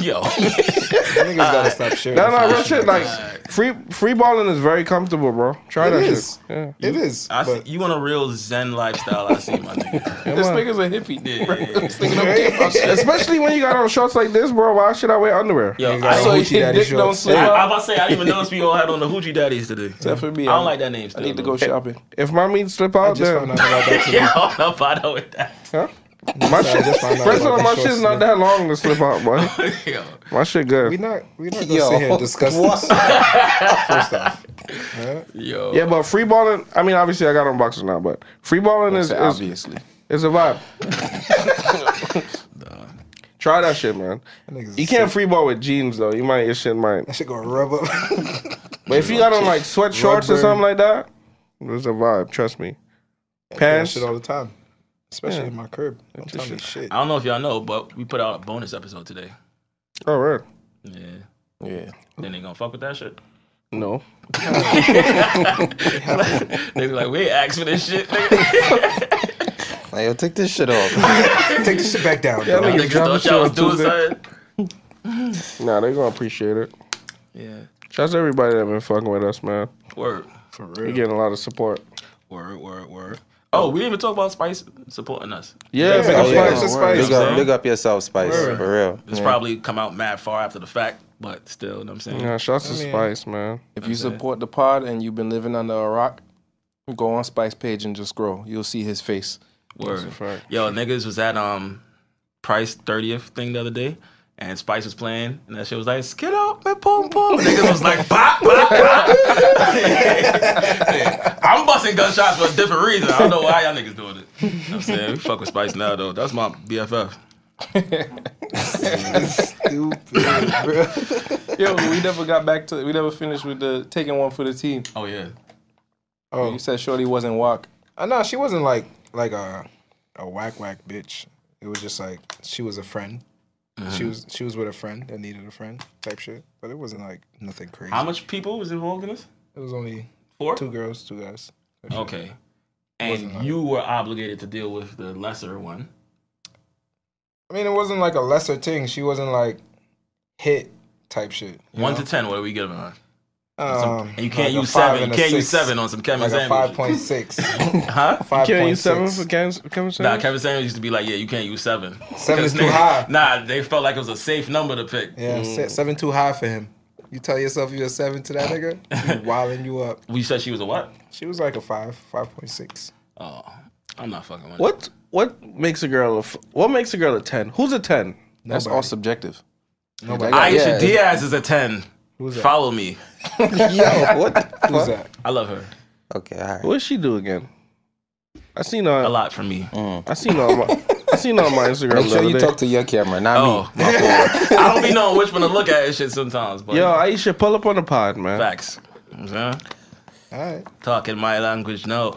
yo, Niggas gotta stop sharing. No, no, real shit. Like free free balling is very comfortable, bro. Try It that is. shit. Yeah. It is. I see, but- you want a real zen lifestyle? I see, my nigga. This nigga's a hippie. Yeah, yeah, yeah. Especially when you got on shorts like this, bro. Why should I wear underwear? Yo, got I, So Hoochie your Daddy dick don't shorts. slip I, I up. about to say I didn't even notice we all had on the hoochie daddies today. Except for I me. don't like that name. Still, I need to though. go shopping. If my meat slip out, just then found out about that today. Yeah, I don't know if I know what that. huh? My I just shit. found First of out about all, that my short shit's not slip. that long to slip out, boy. Yo, My shit We good. not we not gonna Yo, sit here and discuss this. First off, yo. Yeah, but free balling. I mean, obviously, I got on boxers now, but free balling is, is Obviously. is a vibe. Try that shit, man. niggas You can't free ball with jeans though. You might your shit might. that shit gonna rub up. But if you got on like sweat shorts or Rubber. something like that, there's a vibe. Trust me. that Pants. shit all the time, especially in my crib. I'm telling you shit. I don't know if y'all know, but we put out a bonus episode today. Oh, right. Yeah. Yeah. Then they gonna fuck with that shit. No. They be like, we ain't asked for this shit, nigga. Like, yo, take this shit off. Take this shit back down. Yeah, dog. niggas Niggas dropping thought y'all was shit on doing Tuesday. something. Nah, they gonna appreciate it. Yeah. Shouts to everybody that been fucking with us, man. Word. For We real. getting a lot of support. Word, word, word. Oh, we didn't even talk about Spice supporting us. Yeah, big up big up Spice. Spice. Spice. Big up, big up yourself, Spice, Word. for real. It's probably come out mad far after the fact, but still, you know what I'm saying? Yeah, shouts to Spice, man. If you support the pod and you've been living under a rock, go on Spice page and just scroll. You'll see his face. Word. fact. Yo, niggas was at um Price 30th thing the other day. And Spice was playing, and that shit was like, skid up, man, boom, boom. Niggas was like, pop, pop, pop. I'm busting gunshots for a different reason. I don't know why y'all niggas doing it. You know what I'm saying? We fuck with Spice now, though. That's my BFF. Stupid, bro. Yo, we never got back to. We never finished with the taking one for the team. Oh, yeah. Oh, You said Shorty wasn't walk. I know Uh, she wasn't like like a a whack whack bitch. It was just like she was a friend. She Mm-hmm. was she was with a friend that needed a friend type shit. But it wasn't like nothing crazy. How much people was involved in this? It was only Four? two girls, two guys. Okay. And you were obligated to deal with the lesser one. I mean, it wasn't like a lesser thing. She wasn't like hit type shit. One to ten, what are we giving her? Um, And you can't like a use five seven. and You a can't use six. seven on some Kevin Like a Samuels. five point six. Huh? Five Can't point use seven six. for Kevin, Kevin Samuels? Nah, Kevin Samuels used to be like, yeah, you can't use seven. Seven is 'Cause too niggas- high. Nah, they felt like it was a safe number to pick. Yeah, Mm. se- seven too high for him. You tell yourself you're a seven to that nigga, you wilding you up. We said she was a what? She was like a five, five point six. Oh, I'm not fucking with it. What what makes a girl a f- what makes a girl a ten? Who's a ten? That's all subjective. Aisha Yeah. Diaz is a ten. Follow me. Yo, what? Who's that? I love her Okay, all right. What does she do again? I seen her. a lot for me. I seen her. On my, I seen her on my Instagram. Make the sure other you day. talk to your camera, not Oh, me. My fault. I don't be knowing which one to look at and shit sometimes. But Yo, Aisha, pull up on the pod, man. facts. You know what I'm saying? All right. Talking my language now.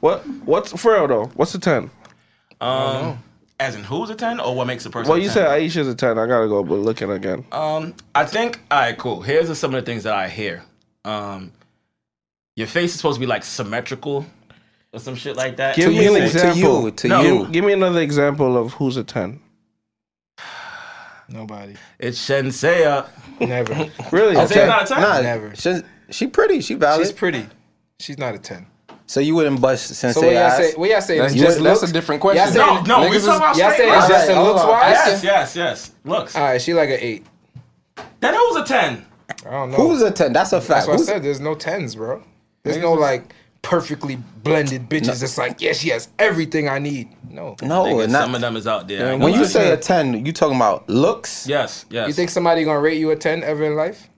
What? What's for real though? What's a ten? Um, as in who's a ten or what makes a person? Well, a you 10? said Aisha's a ten. I gotta go, but looking again. Um, I think all right, cool. Here's some of the things that I hear. Um, your face is supposed to be like symmetrical or some shit like that. Give To me an you, to example. you, to No. Give, you. give me another example of who's a ten. Nobody. It's Shenseea. Never. Really? Is it not a ten? Nah, Never. She, she pretty. She valid. She's pretty. She's not a ten. so you wouldn't bust Sensei So what y'all ass. say? What y'all say? That's is just looks? that's a different question. Y'all say- no, no, we Niggas is- talking about Y'all straight. saying looks. it's just in Alright, looks hold on. wise? yes, yes, yes. Looks. All Uh, right, she like an eight. Then who's a ten? I don't know. Who's a ten? That's a fact. That's what I Who's- said. There's no tens, bro. There's no like perfectly blended bitches. It's like yeah, she has everything I need. No. oh, no, Nigga, not some of them is out there. I ain't when gonna you lie. say a ten. You talking about looks? yes, yes. You think somebody gonna rate you a ten ever in life?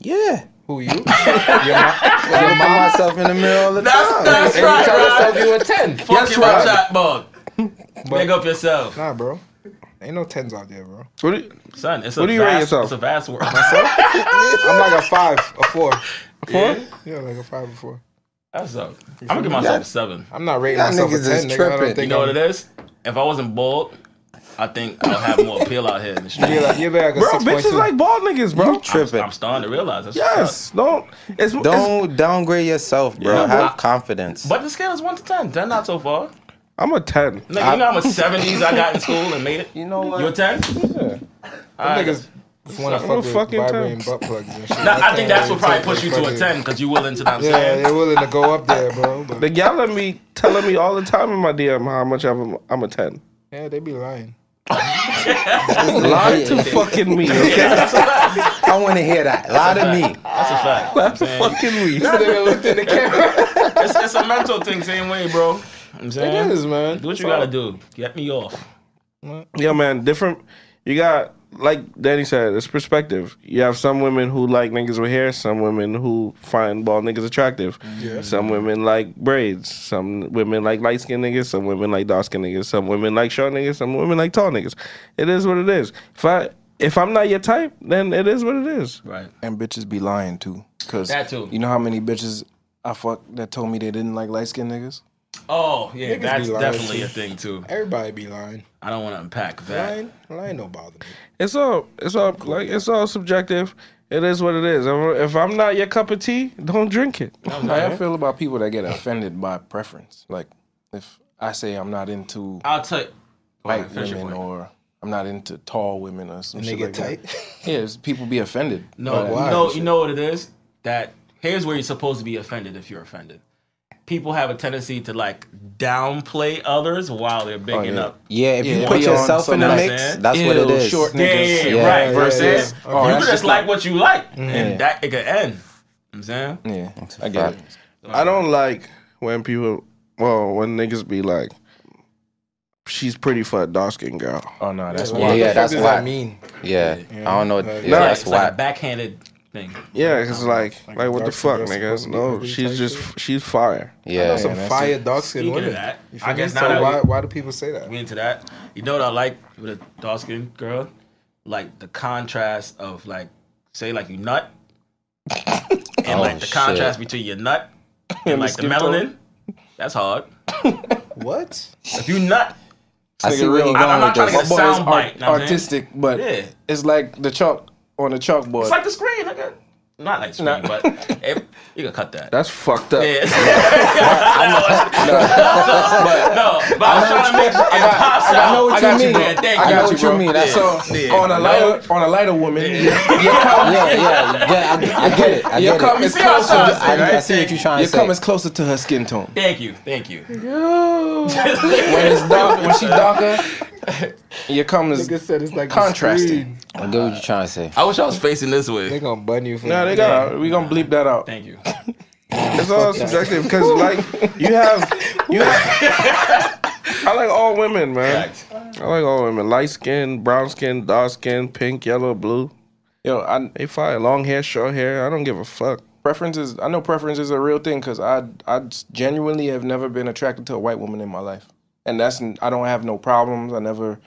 Yeah. Who you? Your mom? I find myself in the mirror all the that's time. that's And you right, tell right. yourself you a ten. Fuck Yes, your right. chat bug. Make up yourself, Nah, bro. Ain't no tens out there, bro. What do you- son. It's a What do you rate vast, yourself? It's a vast world. I'm like a five, a four. Four? Yeah, like a five or four. that's up. I'm gonna give myself a seven. I'm not rating Y'all myself a niggas is ten. Nigga. I tripping. don't think You know I'm- what it is? If I wasn't bald, I think I'll have more appeal out here in the street. You're like, you're like a Bro, six point bitches two. like bald niggas, bro. Tripping. I'm starting to realize that's Yes. Don't. It's, It's, Don't downgrade yourself, bro. Yeah, Have but- confidence. But the scale is one to ten. Ten not so far. I'm a ten. Nigga, you know how much seventies I got in school and made it. You know what? You a ten? niggas want to I'm a fuck with fucking vibrating ten. butt plugs and shit. Nah, I think that's what probably can't pushed you really to a fuck ten because you willing to. know what I'm with- Yeah, saying. they're willing to go up there, bro. But Like y'all let me telling me all the time in my DM how much I'm a, I'm a ten. yeah, they be lying. Lie To fucking me, okay? That's a fact. I want to hear that. Lie to me. That's a fact. That's a fucking me. This nigga looked in the camera. It's, it's a mental thing, same way, bro. I'm saying. It is, man. Do what you gotta do. Get me off. Yeah, man. Different. You got like Danny said, it's perspective. You have some women who like niggas with hair, some women who find bald niggas attractive. Some women like braids. Some women like light skinned niggas. Some women like dark skinned niggas. Some women like short niggas. Some women like tall niggas. It is what it is. If I if I'm not your type, then it is what it is. Right. and bitches be lying too. Cause That too. You know how many bitches I fucked that told me they didn't like light skinned niggas? Oh yeah, Niggas that's be lying, definitely too. a thing too. Everybody be lying. I don't want to unpack that. Lying, lying don't bother me. It's all it's all like it's all subjective. It is what it is. If I'm not your cup of tea, don't drink it. How you feel about people that get offended by preference? Like if I say I'm not into I'll take. white finish your women point. or I'm not into tall women or some And they shit get like that. tight. Yeah, it's- people be offended. by No, that. why? no, you know what it is? That here's where you're supposed to be offended if you're offended. People have a tendency to like downplay others while they're bigging Oh, yeah. up. Yeah, if you Yeah, put be on yourself in the some mix, nice- that's what it Ew, is. Short Yeah, niggas. yeah, yeah, right. yeah, versus yeah. Oh, you that's can just just like like- Mm. what you like, and that it could end. You know what I'm saying. Yeah, I get it. I don't like when people, well, when niggas be like, she's pretty for a dark skinned girl. Oh no, that's Like, why. what yeah, the fuck that's does whack. that mean? Yeah, I don't know. Yeah, No, that's it's like a why. backhanded thing. Yeah, it's like, like, what the fuck, dark-skinned nigga? girl's supposed to be No, pretty she's type just, shit. she's fire. Yeah, Some that's fire dark skinned Speaking women. of that, You feel I me? guess so now why, that why do people say that? we into that, you know what I like with a dark skinned girl, like the contrast of like say like you nut, and Oh, like the shit. contrast between your nut and like the skin tone. melanin. That's hard. What? If you nut, I see where real. you I'm- going I'm not with trying to this. get- My a boy is sound art- bite, know what I'm saying? artistic, but Yeah. it's like the chalk on the chalkboard. it's like the screen. Nigga. Not like screen, Nah. but if, you can cut that. That's fucked up. Yeah. no, but I'm trying to make it pops out. I know what I got you mean. Yeah, thank I you. got you, bro. That's so on a lighter, on a lighter woman, your cum, Yeah, yeah, yeah. I, I get it. I your get cum it. is see how closer. size To, is, I, I right? see what you're trying your to say. cum is closer to her skin tone. Thank you, thank you. When it's dark, when she's darker, your cum is Nigga said it's like a contrasting. I get what you're trying to say. I wish I was facing this They way. gonna bun you for Nah, they got Yeah, we gonna bleep that out. Thank you. It's all subjective because, like, you have you. Have, I like all women, man. Facts. I like all women: light skin, brown skin, dark skin, pink, yellow, blue. Yo, I, They fire long hair, short hair. I don't give a fuck. preferences. I know preferences are a real thing because I, I genuinely have never been attracted to a white woman in my life, and that's I don't have no problems. I never,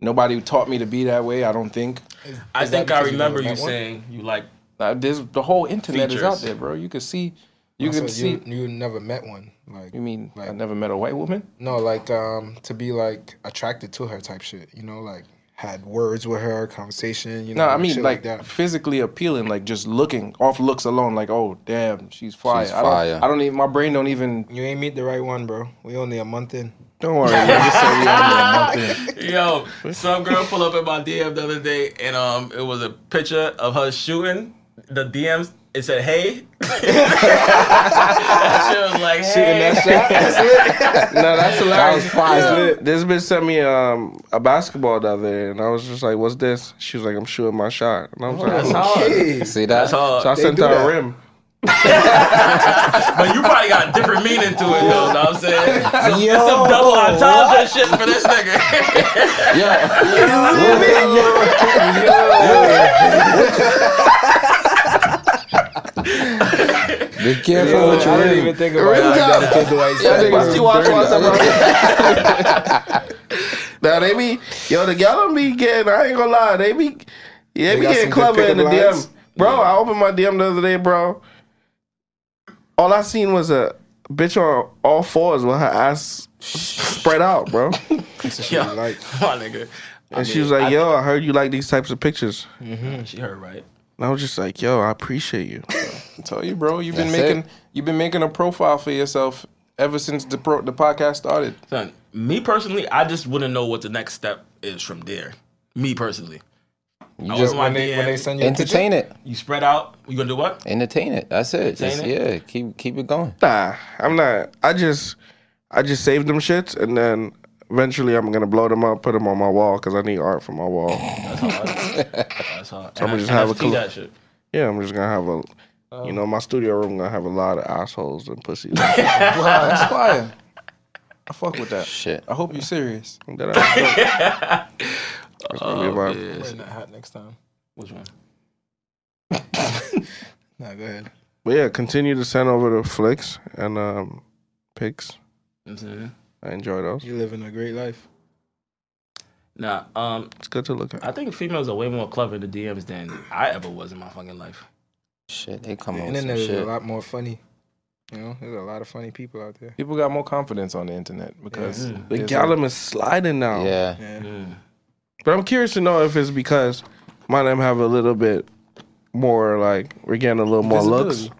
nobody taught me to be that way. I don't think. I think I because you remember never you met one? saying you like. Uh, there's the whole internet is out Features. there, bro. You can see, you So can see. you, you never met one. Like You mean I like never met a white woman? no, like um to be like attracted to her type shit. You know, like had words with her, conversation. You know, No, I mean shit like, that. physically appealing, like just looking off looks alone, like oh damn, she's fire. She's I don't, fire. I don't even. My brain don't even. You ain't meet the right one, bro. We only a month in. Don't worry. man, just say we only a month in. Yo, some girl pulled up in my DM the other day, and um, it was a picture of her shooting. The DMs it said, "Hey." she was like, "Hey." No, that's That was hilarious. fire. This bitch sent me um a basketball the other day, and I was just like, "What's this?" She was like, "I'm shooting my shot," and I was like, That's hard. See that? That's hard. "So I sent do her that. a rim." But you probably got a different meaning to it, though. Know what I'm saying? So, it's some double entendre shit for this nigga. Yeah. Be careful what you I didn't read. even think about it like that until Dwight said Why it. she watch WhatsApp? Now they be yo the y'all don't be getting. I ain't gonna lie, they be yeah they They be got getting some good clever in the pickup lines? DM, bro. I opened my DM the other day, bro. All I seen was a bitch on all fours with her ass spread out, bro. And Yo, my Like, nigga. And she was like, "Yo, I heard you like these types of pictures." she heard right. And I was just like, "Yo, I appreciate you." Tell you, bro. You've been That's making. it. You've been making a profile for yourself ever since the pro, the podcast started. Son, me personally, I just wouldn't know what the next step is from there. Me personally. I was just- in my when they, when DM, they send you a picture, Entertain it. you spread out, you gonna do what? Entertain it. That's it. Just, Entertain yeah. Keep keep it going. Nah, I'm not. I just, I just saved them shits, and then eventually I'm gonna blow them up, put them on my wall, cause I need art for my wall. That's hard. That's hard. Someone And just I- have a NFT cool- that shit. Yeah, I'm just gonna have a, you know, my studio room gonna have a lot of assholes and pussies. Wow, that's fire. I fuck with that. Shit. I hope you're serious. That I That's gonna be my- We're not hot next time. Which one? Nah, go ahead. But yeah, continue to send over the flicks and um, pics. You know what I'm saying? I enjoy those. You living a great life. Nah, um, It's good to look at. I think females are way more clever in the DMs than I ever was in my fucking life. Shit. They come The on some internet is a shit. lot more funny. You know, there's a lot of funny people out there. People got more confidence on the internet because The there's Gallum is sliding now. Yeah. Mm. But I'm curious to know if it's because my name have a little bit more like we're getting a little more looks.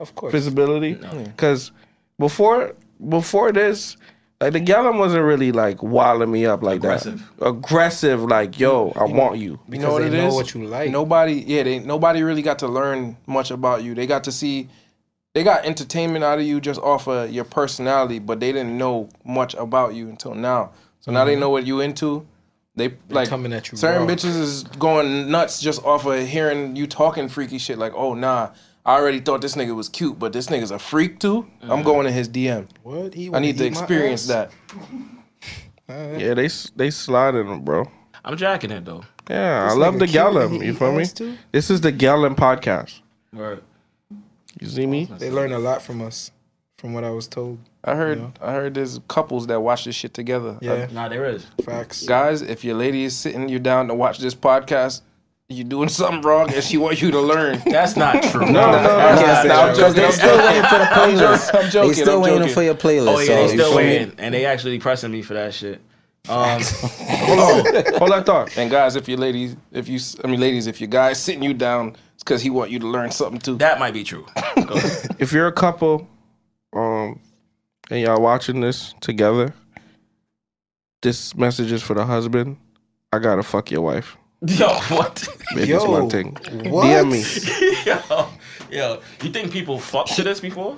Of course. visibility because before before this like the Gallum wasn't really like wilding me up like Aggressive. that aggressive like yo I want you You Because know what they it is? know what you like. Nobody, yeah, they nobody really got to learn much about you. They got to see, they got entertainment out of you just off of your personality, but they didn't know much about you until now. So now they know what you into. They like Mm-hmm. coming at you Certain raw. bitches is going nuts just off of hearing you talking freaky shit. Like, oh nah, I already thought this nigga was cute, but this nigga's a freak too. I'm going in his DM. What? He I wanna need to eat my experience ass? that. yeah they s- they sliding them bro I'm jacking it though. yeah I love nigga the cute, Gallum he you eat feel me ass too? this is the Gallum podcast Word. you see me They learn a lot from us, from what I was told. I heard, I heard there's couples that watch this shit together. I- Yeah, Nah, there is. facts. Guys, if your lady is sitting you down to watch this podcast, you doing something wrong and she wants you to learn. That's not true. No, no, no. I can't Nah, say nah, I'm that. 'Cause joking. They I'm still joking. waiting for the I'm playlist. joking. I'm They joking. still I'm waiting joking. for your playlist. Oh yeah, so they you still feel me? waiting, and they actually pressing me for that shit. Um, Hold on, hold that thought. And guys, if you ladies, if you, I mean, ladies, if your guy's sitting you down, it's because he want you to learn something too. that might be true. Go ahead. If you're a couple, um, and y'all watching this together, this message is for the husband. I gotta fuck your wife. Yo, what? If it's Yo, one thing. What? DM me. yo, yo, you think people fucked to this before?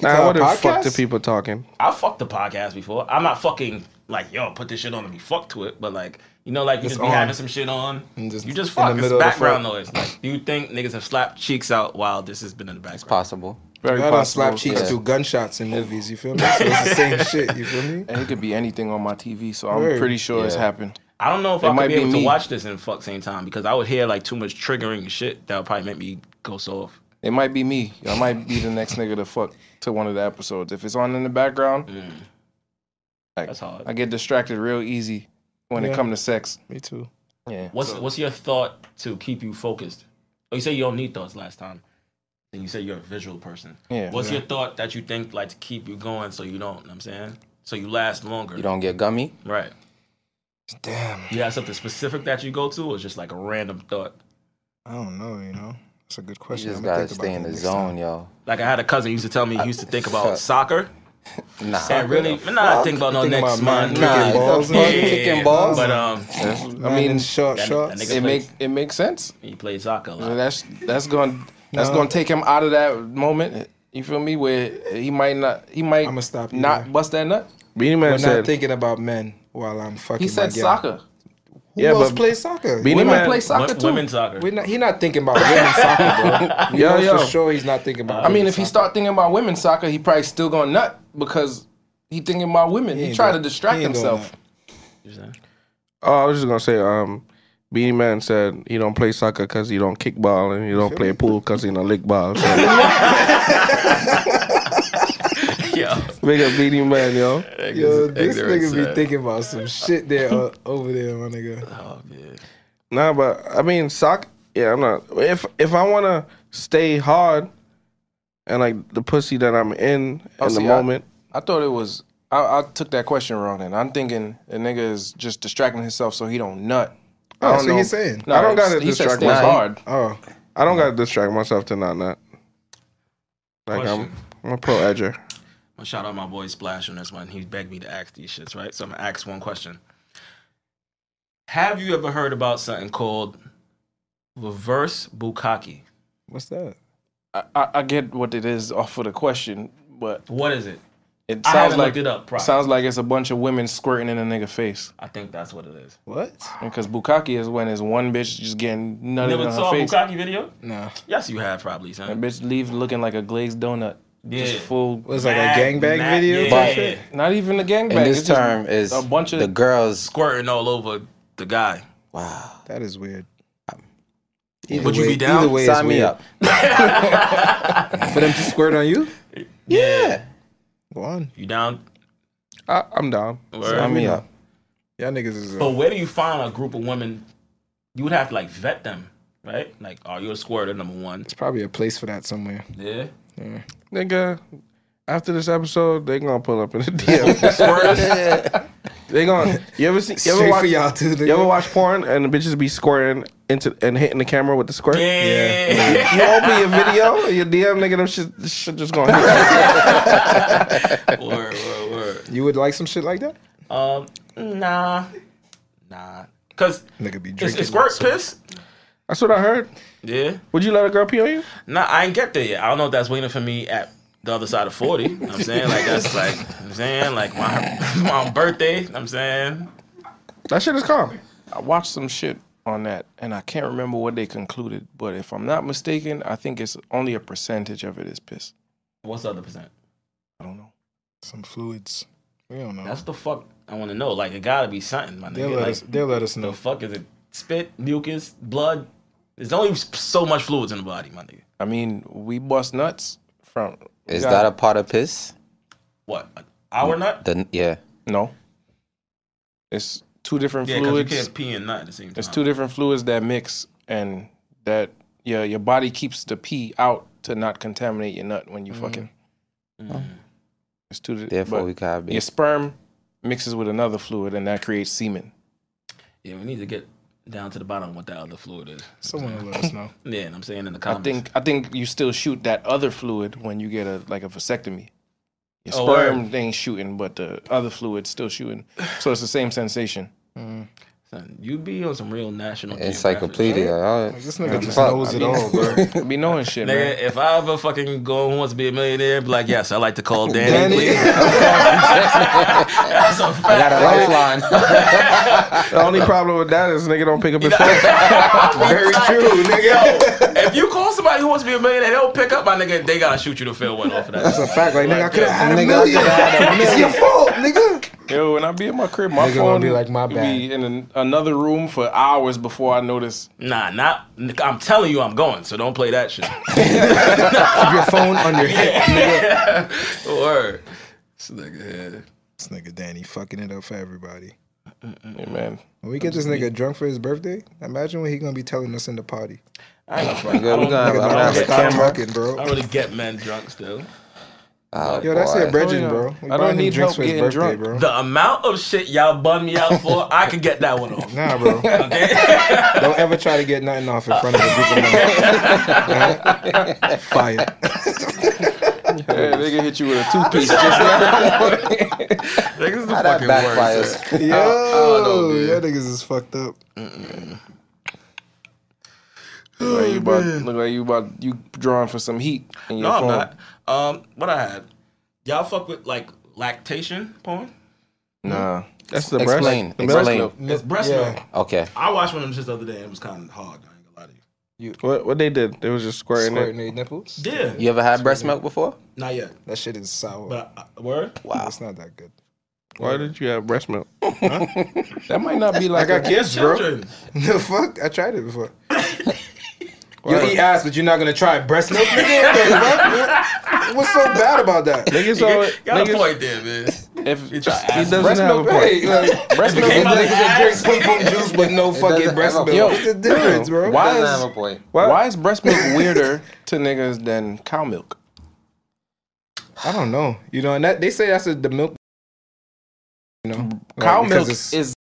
Nah, I a wouldn't fuck podcast? the people talking. I fucked the podcast before. I'm not fucking like yo, put this shit on and be fucked to it. But like, you know, like you just be on. having some shit on. just you just in the fuck. It's middle of the background noise. Like, do you think niggas have slapped cheeks out while this has been in the background? Possible. Very I don't slap possible. cheeks Yeah. through gunshots in movies. You feel me? So it's the same shit. You feel me? And it could be anything on my TV, so I'm Word. pretty sure it's happened. I don't know if I might might be be able me. to watch this and fuck same time because I would hear like too much triggering shit that would probably make me go soft. It might be me. I might be the next nigga to fuck to one of the episodes. If it's on in the background, like, That's hard. I get distracted real easy when it come to sex. Me too. Yeah. What's what's your thought to keep you focused? Oh, you say you don't need thoughts last time, and you say you're a visual person. Yeah. What's your thought that you think like to keep you going so you don't? know what I'm saying so you last longer. You don't get gummy. Right. Damn. You have something specific that you go to, or it's just like a random thought? I don't know. You know, that's a good You question. just I'ma gotta think stay about in that the next zone, time. yo. Like I had a cousin who used to tell me he used to think about Fuck. soccer. Nah. And really, not think about no Think next about man month. kicking Nah, balls. fuck kicking balls. But um, I mean, short that- shorts. that nigga- It make it makes sense. he played soccer. A So lot. that's that's going that's going to take him out of that moment. You feel me? Where he might not he might I'ma stop you not there. bust that nut. Beanie Man We're not said. thinking about men while I'm fucking. He said my gal. soccer. Who Yeah, else but- plays soccer? Beanie Women Man, play soccer Wo- too. women's soccer. We're not, he not thinking about women's soccer, bro. We Yo, know yo. for sure he's not thinking about. I mean, if he women's start thinking about women's soccer, he probably still going nut because he thinking about women. He, ain't try to doing- distract he ain't doing himself. Oh, I was just gonna say, um, Beanie Man said he don't play soccer because he don't kick ball, and he don't play pool because he don't lick ball. So, Yeah. big up Beanie Man, yo. soccer. Yo, this nigga be thinking about some shit there uh, over there, my nigga. Oh, Nah, but I mean, sock. Yeah, I'm not. If if I wanna stay hard, and like the pussy that I'm in Oh, in the see, I- moment, I thought it was. I, I took that question wrong, and I'm thinking the nigga is just distracting himself so he don't nut. I Oh, don't so he's saying. No, I don't it's- gotta he said distract stay myself. hard. Oh, I, don't gotta distract myself to not nut. Like I'm, I'm a pro edger. Well, shout out my boy Splash on this one. He begged me to ask these shits, right? So I'm gonna ask one question. Have you ever heard about something called reverse bukkake? what's that? I, I, I get what it is off of the question, but What is it? it I sounds haven't like looked it up properly. sounds like it's a bunch of women squirting in a nigga face. I think that's what it is. What? Because bukkake is when it's one bitch just getting You nutted in never her saw a face. bukkake video? Nah, Yes, you have probably, son. That bitch leaves looking like a glazed donut. Just Yeah. full. was like Mad- a gangbang mad- video. yeah, But- yeah. Not even a gangbang. In this it's just term is a bunch of the girls. squirting all over the guy. Wow. That is weird. Would you way- be down? Either way, it's Sign me weird. up. for them to squirt on you. Yeah. Go on, You down? I, I'm down. Sign me up. y'all niggas is. But A, where do you find a group of women? You would have to like vet them, right? Like, are you a squirter? Number one. it's probably a place for that somewhere. Yeah. Nigga, after this episode, they gonna pull up in the DM. Squirters. they gonna. You ever see? You ever Straight watch? for y'all too. Nigga. You ever watch porn and the bitches be squirting into and hitting the camera with the squirt? yeah. You open your video, your DM, nigga, them shit, this shit just going. to word, word, word. You would like some shit like that? Um, nah, nah. Cause Nigga be it's, drinking. it's squirt piss. That's what I heard. Yeah. Would you let a girl pee on you? Nah, I ain't get there yet. I don't know if that's waiting for me at the other side of forty. you know what I'm saying like that's like you know what I'm saying like my my birthday. you know what I'm saying. That shit is calm. I watched some shit on that, and I can't remember what they concluded. But if I'm not mistaken, I think it's only a percentage of it is piss. What's the other percent? I don't know. Some fluids. We don't know. That's the fuck I want to know. Like it gotta be something, my they'll nigga. let Like, us. They'll let us know. the fuck is it? Spit, mucus, blood. There's only so much fluids in the body, my nigga. I mean, we bust nuts from. Is Yeah. that a part of piss? What? An hour nut? The yeah. no? It's two different Yeah, because you fluids. can't pee and nut at the same time. It's two different fluids that mix, and that your your body keeps the pee out to not contaminate your nut when you fucking. It's two. Therefore, but we gotta be. your sperm mixes with another fluid, and that creates semen. Yeah, we need to get down to the bottom what that other fluid is. Someone will let us know. Yeah, and I'm saying in the I comments. think I think you still shoot that other fluid when you get a like a vasectomy. Your Oh, sperm ain't shooting, but the other fluid's still shooting. So it's the same sensation. Son, you be on some real national. Geographic. Encyclopedia. All right. This nigga just fuck, knows I it mean- all, bro. Be knowing shit, man. Nigga, if I ever fucking go and wants to be a millionaire, be like, yes, I like to call Danny. please." That's a I fact. got a lifeline. The only problem with that is nigga don't pick up his phone. Very true, nigga. Yo, if you call somebody who wants to be a millionaire, they'll pick up my nigga. They gotta shoot you to fail one off of that. That's a fact. Like, nigga, I could have had a Nigga, I million. coulda had a It's your fault, nigga. Yo, when I be in my crib, my Nigga gonna phone be like, my Be in an, another room for hours before I notice. Nah, not. I'm telling you, I'm going. So don't play that shit. Keep your phone on your hip, nigga. Word. This nigga here. This nigga Danny fucking it up for everybody. Hey, man, When we get this nigga drunk for his birthday, imagine what he gonna be telling us in the party. I ain't gonna Good, we gonna have- Nigga, I'm gonna don't have a stop camera. talking, bro. I really get men drunk still. Oh, Yo, that's boy. it, Bridget, yeah. bro. We I don't buying him need drinks help for his getting birthday, drunk. bro. The amount of shit y'all bun me out for, I could get that one off. Nah, bro. Don't ever try to get nothing off in front of a group of men. Alright? Fire. yeah, they can hit you with a toothpiece. just Niggas the How that fucking worst. backfires. Yo, know, dude. y'all niggas is fucked up. Oh, look like you about, look like you about you drawing for some heat in your No, I'm phone. not. Um, what I had? Y'all fuck with like lactation porn? Nah, That's the breast. Explain. The breast Explain. milk. It's breast yeah. milk. Okay. I watched one of them shits the other day and it was kind of hard. I ain't gonna lie to you. What what they did? They was just squaring it. Squirting their nipples. Yeah, You ever had breast milk before? not yet, That shit is sour. but uh, word. Wow. It's not that good. Why did you have breast milk? that might not be like I got a, kids, bro. Children. The fuck? I tried it before. you eat ass, but you're not gonna try breast milk. Nigga, The fuck? What's so bad about that? Niggas always Got a niggas- point there, man. if You try ass. He doesn't Breast have milk, a point. hey, like, breast milk came is out like the just drink pum pum juice, but no fucking doesn't breast have a milk. point. What's the difference, bro? why Doesn't is have a point. What? why is breast milk weirder to niggas than cow milk? I don't know. You know, and that they say that's a, the milk. You know, Cow like, because milk it's- is